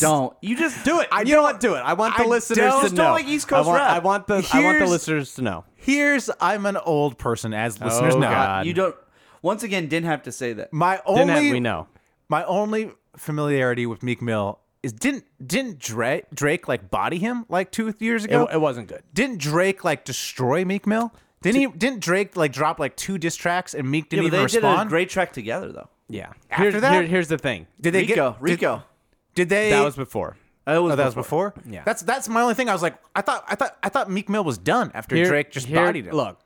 I: don't. You just do it.
H: I you know what? Do it. I want the
G: I
H: listeners
G: don't-
H: to
G: just
H: know.
I: don't like East
H: I
I: Coast
H: want,
I: rap.
H: I want the I want the
G: Here's-
H: listeners to know.
G: Here's I'm an old person, as listeners
H: Oh,
G: know.
H: God.
I: Uh, You don't. Once again, didn't have to say that.
G: My
H: Then
G: only
H: we know.
G: My only familiarity with Meek Mill is didn't didn't Drake, Drake like body him like two years ago?
H: It, it wasn't good.
G: didn't Drake like destroy Meek Mill? Didn't he? Didn't Drake like drop like two diss tracks and Meek
I: Yeah,
G: didn't
I: but
G: even
I: they
G: respond?
I: did a great track together, though.
H: Yeah.
G: After
H: here's,
G: that?
H: here- here's the thing.
G: did they
I: Rico,
G: get did-
I: Rico.
G: Did, they?
H: That was before.
I: That was,
G: oh, that was before.
H: Yeah.
G: that's that's my only thing. I was like, I thought I thought I thought Meek Mill was done after
H: Here-
G: Drake just
H: here-
G: bodied him.
H: Look,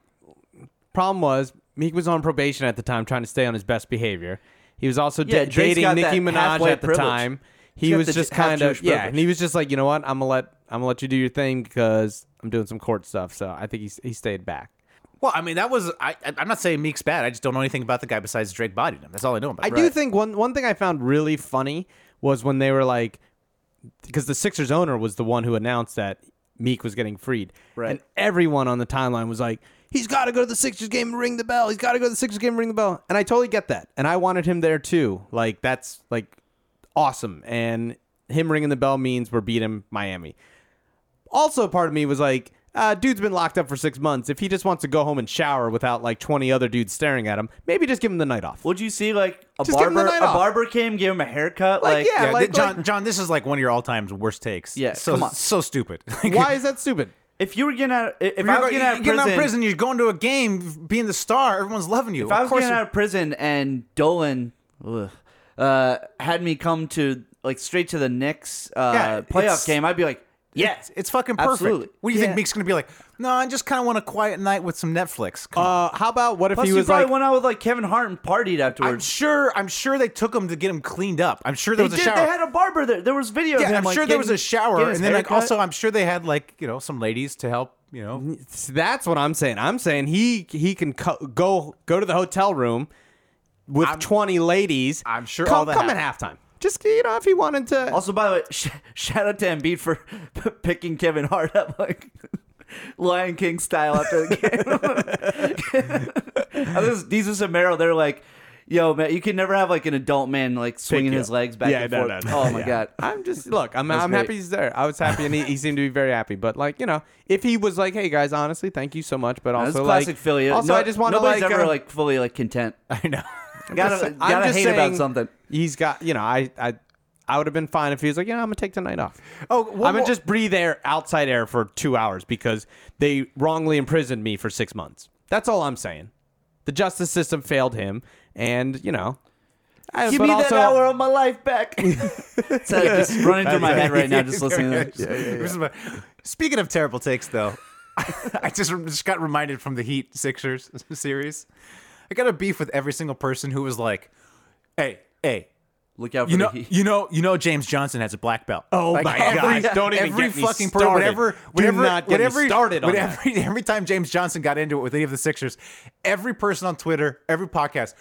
H: problem was Meek was on probation at the time, trying to stay on his best behavior. He was also da-
I: Yeah, Drake's
H: dating
I: got
H: Nicki
I: that
H: Minaj
I: halfway
H: at the
I: privilege.
H: time.
I: He's
H: He
I: got
H: was
I: the
H: just
I: j- half
H: kind of
I: Jewish
H: yeah,
I: privilege.
H: and he was just like, you know what, I'm gonna let I'm gonna let you do your thing because I'm doing some court stuff. So I think he s- he stayed back.
G: Well, I mean, that was I. I- I'm not saying Meek's bad. I just don't know anything about the guy besides Drake bodied him. That's all I know about.
H: I
G: him.
H: do think one one thing I found really funny was when they were like, because the Sixers owner was the one who announced that Meek was getting freed,
I: Right.
H: and everyone on the timeline was like, he's got to go to the Sixers game and ring the bell. He's got to go to the Sixers game and ring the bell. And I totally get that, and I wanted him there too. Like that's like awesome, and him ringing the bell means we're beating Miami. Also, part of me was like. Uh, dude's been locked up for six months. If he just wants to go home and shower without like twenty other dudes staring at him, maybe just give him the night off.
I: Would you see like a
H: Just give him the
I: barber? A
H: night off.
I: barber came, gave him a haircut.
H: Like,
I: Like,
H: yeah,
G: Yeah,
H: like-
G: th- John, John, this is like one of your all-time worst takes.
I: Yeah,
G: so
I: come on.
G: so stupid. (laughs)
H: Why is that stupid?
I: if you were getting out, if,
G: You're
I: I was
G: go-
I: getting out of
G: you're
I: prison,
G: getting prison, you're going to a game, being the star. Everyone's loving you.
I: if I
G: of
I: was
G: course,
I: getting out of prison and Dolan ugh, uh, had me come to like straight to the Knicks uh,
G: Yeah, it's-
I: playoff game, I'd be like,
G: it's,
I: yes,
G: it's fucking perfect.
I: Absolutely.
G: What do you
I: Yeah.
G: think Meek's gonna be like? No, I just kind of want a quiet night with some Netflix. Come on.
H: Uh, how about what if
I: Plus,
H: he
I: you
H: was
I: probably
H: like,
I: went out with like Kevin Hart and partied
G: I'm
I: afterwards.
G: sure. I'm sure they took him to get him cleaned up. I'm sure
I: They,
G: there
I: did,
G: was a
I: they
G: shower.
I: had a barber there. There was video. of
G: yeah,
I: him,
G: I'm
I: like,
G: sure there was
I: getting-
G: a shower,
I: getting his
G: and then like
I: haircut.
G: also, I'm sure they had like you know some ladies to help. You know,
H: that's what I'm saying. I'm saying he he can co- go go to the hotel room with 20 ladies.
G: I'm sure
H: Come,
G: all that
H: come at halftime. Just you know, if he wanted to,
I: Also, by the way, sh- shout out to Embiid for (laughs) p- picking Kevin Hart up like (laughs) Lion King style after the game. (laughs) I was Jesus and Merrill, they're like, "Yo, man, you can never have like an adult man like swinging
H: you
I: his
H: up."
I: legs back
H: Yeah,
I: and
H: no,
I: forth."
H: no, no,
I: oh my
H: yeah.
I: god,
H: I'm just look. I'm
I: That's
H: I'm
I: great.
H: happy he's there. I was happy, and he, he seemed to be very happy. But like you know, if he was like, "Hey guys, honestly, thank you so much," but
I: that's
H: also
I: classic
H: like,
I: Philly. uh,
H: also
I: No-
H: I just want to
I: nobody's
H: like,
I: ever
H: uh,
I: like fully like content.
H: (laughs)
G: I know.
I: Gotta
H: I'm
I: gotta
H: just
I: hate about
H: saying
I: something.
H: He's got you know I I. I would have been fine if he was like, you know, I'm gonna take tonight off.
G: Oh, one
H: I'm gonna
G: more-
H: just breathe air outside air for two hours because they wrongly imprisoned me for six months. That's all I'm saying. The justice system failed him, and you know, I-
I: Give
H: but
I: me
H: also-
I: that hour of my life back.
H: (laughs)
I: (laughs) it's like just running through my head right now, just listening. to
G: (laughs)
I: that.
G: This is my- Speaking of terrible takes, though, (laughs) I just, just got reminded from the Heat Sixers (laughs) series. I got a beef with every single person who was like, "Hey, hey."
I: Look out for
G: You know,
I: the heat.
G: you know, you know. James Johnson has a black belt.
H: Oh
G: Like,
H: my
G: every-
H: God. (laughs) Don't even
G: every
H: get me
G: fucking
H: started.
G: Whatever,
H: Do
G: whatever,
H: not get me
G: whatever,
H: started on
G: whatever- Every time James Johnson got into it with any of the Sixers, every person on Twitter, every podcast,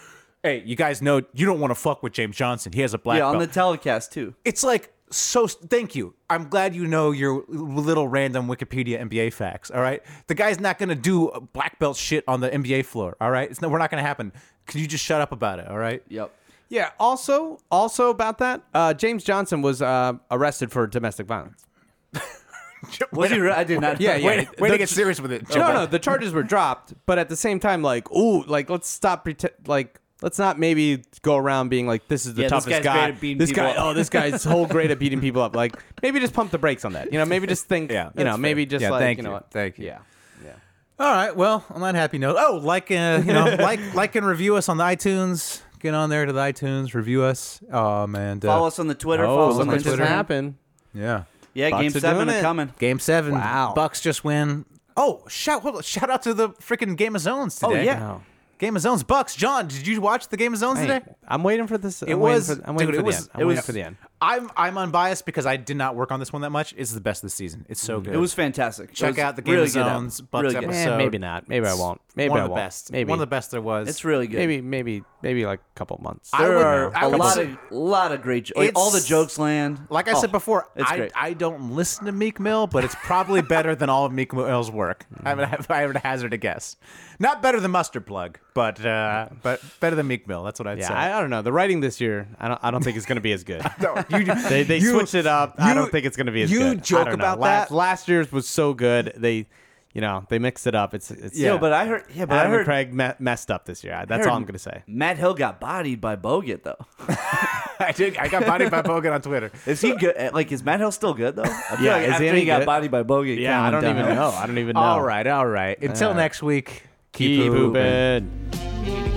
G: hey, you guys know you don't want to fuck with James Johnson. He has a black
I: Yeah,
G: belt
I: on the telecast too.
G: it's like so thank you i'm glad you know your little random wikipedia nba facts all right the guy's not going to do black belt shit on the nba floor all right it's not, we're not going to happen could you just shut up about it all right
I: Yep.
H: Yeah. Also, also about that, uh, James Johnson was uh, arrested for domestic violence.
I: Was he? Re- I did not.
H: Yeah, yeah.
G: way, way
H: The-
G: to get serious with it
H: No,
G: Joe.
H: no, the charges were dropped, but at the same time, like, ooh, like let's stop pretend, like let's not maybe go around being like this is the
I: Yeah, this
H: toughest
I: guy's
H: guy.
I: great at beating
H: this
I: people
H: guy,
I: up.
H: oh, this guy's whole great
I: (laughs)
H: at beating people up. Like maybe just pump the brakes on that. You know, maybe just think.
G: Yeah,
H: Yeah, you
G: that's
H: know, maybe
G: fair.
H: just
G: Yeah,
H: like
G: thank
H: you
G: you.
H: know what.
G: Thank you.
H: Yeah.
G: all right well on that happy note oh like uh, you know
I: (laughs)
G: like like and review us on the itunes get on there to the itunes review us um and uh,
I: Follow us on the Twitter. follow us
H: Oh,
I: on
H: look
I: the
H: what just
I: Instagram.
H: happened.
G: yeah
I: Yeah,
H: Bucks
I: game
H: are
I: seven
H: doing
I: is
H: it.
I: coming.
G: game seven
H: Wow.
G: bucks just win oh shout hold on, shout out to the freaking game of zones
I: Oh,
G: today
H: Wow.
G: Game of Zones Bucks. John, did you watch the Game of Zones today?
H: Hey, I'm waiting for this. I'm
G: It
H: waiting
G: was.
H: For, I'm waiting
G: dude, it
H: for the
G: was,
H: end.
G: it
H: I'm waiting
G: was-
H: for the end.
G: I'm I'm unbiased because I did not work on this one that much. It's the best of the season. It's
H: Mm-hmm.
G: so good.
I: It was fantastic. It
G: Check
I: was
G: out the Game
I: really
G: of
I: good
G: Zones
I: episode.
G: Bucks
I: Really good.
G: episode.
H: Eh,
G: So-
H: maybe not. Maybe I won't. Maybe
G: one
H: I
G: of the
H: won't.
G: best.
H: Maybe
G: one of the best there was.
I: It's really good.
H: Maybe maybe maybe like a couple months.
G: I
I: There
G: would-
I: are
G: I
I: a
G: would
I: lot
G: say-
I: of lot of great. Like, all the
G: It's-
I: jokes land.
G: Like I
I: Oh,
G: said before,
I: it's
G: I,
I: great.
G: I don't listen to Meek Mill, but it's probably better than all of Meek Mill's work. I would, have, I would hazard a guess. Not better than Mustard Plug, but uh, but better than Meek Mill. That's what I'd
H: Yeah,
G: say.
H: I, I don't know. The writing this year, I don't, I don't think it's going to be
G: (laughs)
H: as good.
G: No, you-
H: They, they
G: you-
H: switched it up. I
G: you-
H: don't think it's going to be as
G: you
H: good.
G: joke
H: I don't know.
G: about
H: last,
G: that.
H: Last year's was so good. They, you know, they mixed it up. It's it's
I: Yo, but I heard. Yeah,
H: Adam
I: but I
H: and
I: heard.
H: Craig me- messed up this year. I-
I: I
H: That's
I: heard
H: all I'm going to say.
I: Matt Hill got bodied by Bogut
G: (laughs)
I: though.
G: I did. I got bodied by (laughs) Bogan on Twitter.
I: Is he good? Like, is Matt Hill still good though? I feel
H: Yeah,
I: like
H: is he
I: after
H: any
I: he got
H: good?
I: bodied by Bogut.
H: Yeah, I
I: kinda
H: don't
I: went
H: even
I: down.
H: know. I don't even know.
G: All right, all right. Until
H: Yeah.
G: next week,
H: keep, hooping.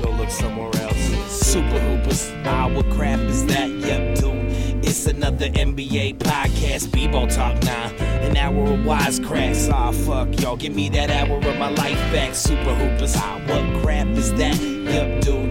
A: go look somewhere else. Super Hoopers, ah, what crap is that? Yep, dude. It's another NBA podcast, B-ball talk now. An hour of wisecracks, ah, fuck y'all. Give me that hour of my life back. Super Hoopers, ah, what crap is that? Yep, dude.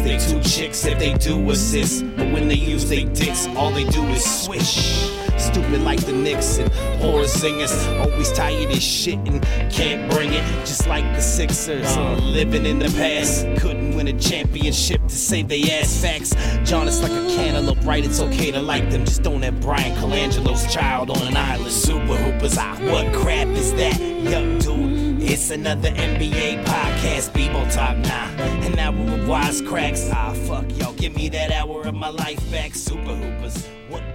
A: they two chicks if they do assist. But when they use they dicks, all they do is swish. Stupid like the Knicks and horror singers. Always tired of shit and can't bring it. Just like the Sixers. Living in the past. Couldn't win a championship to save they ass facts. John is like a cantaloupe, right? It's okay to like them. Just don't have Brian Colangelo's child on an island. Super Hoopers. Ah, what crap is that? Yup, dude. It's another NBA podcast, people talk now. An hour of wisecracks. Ah, fuck, y'all. Give me that hour of my life back. Super Hoopers. What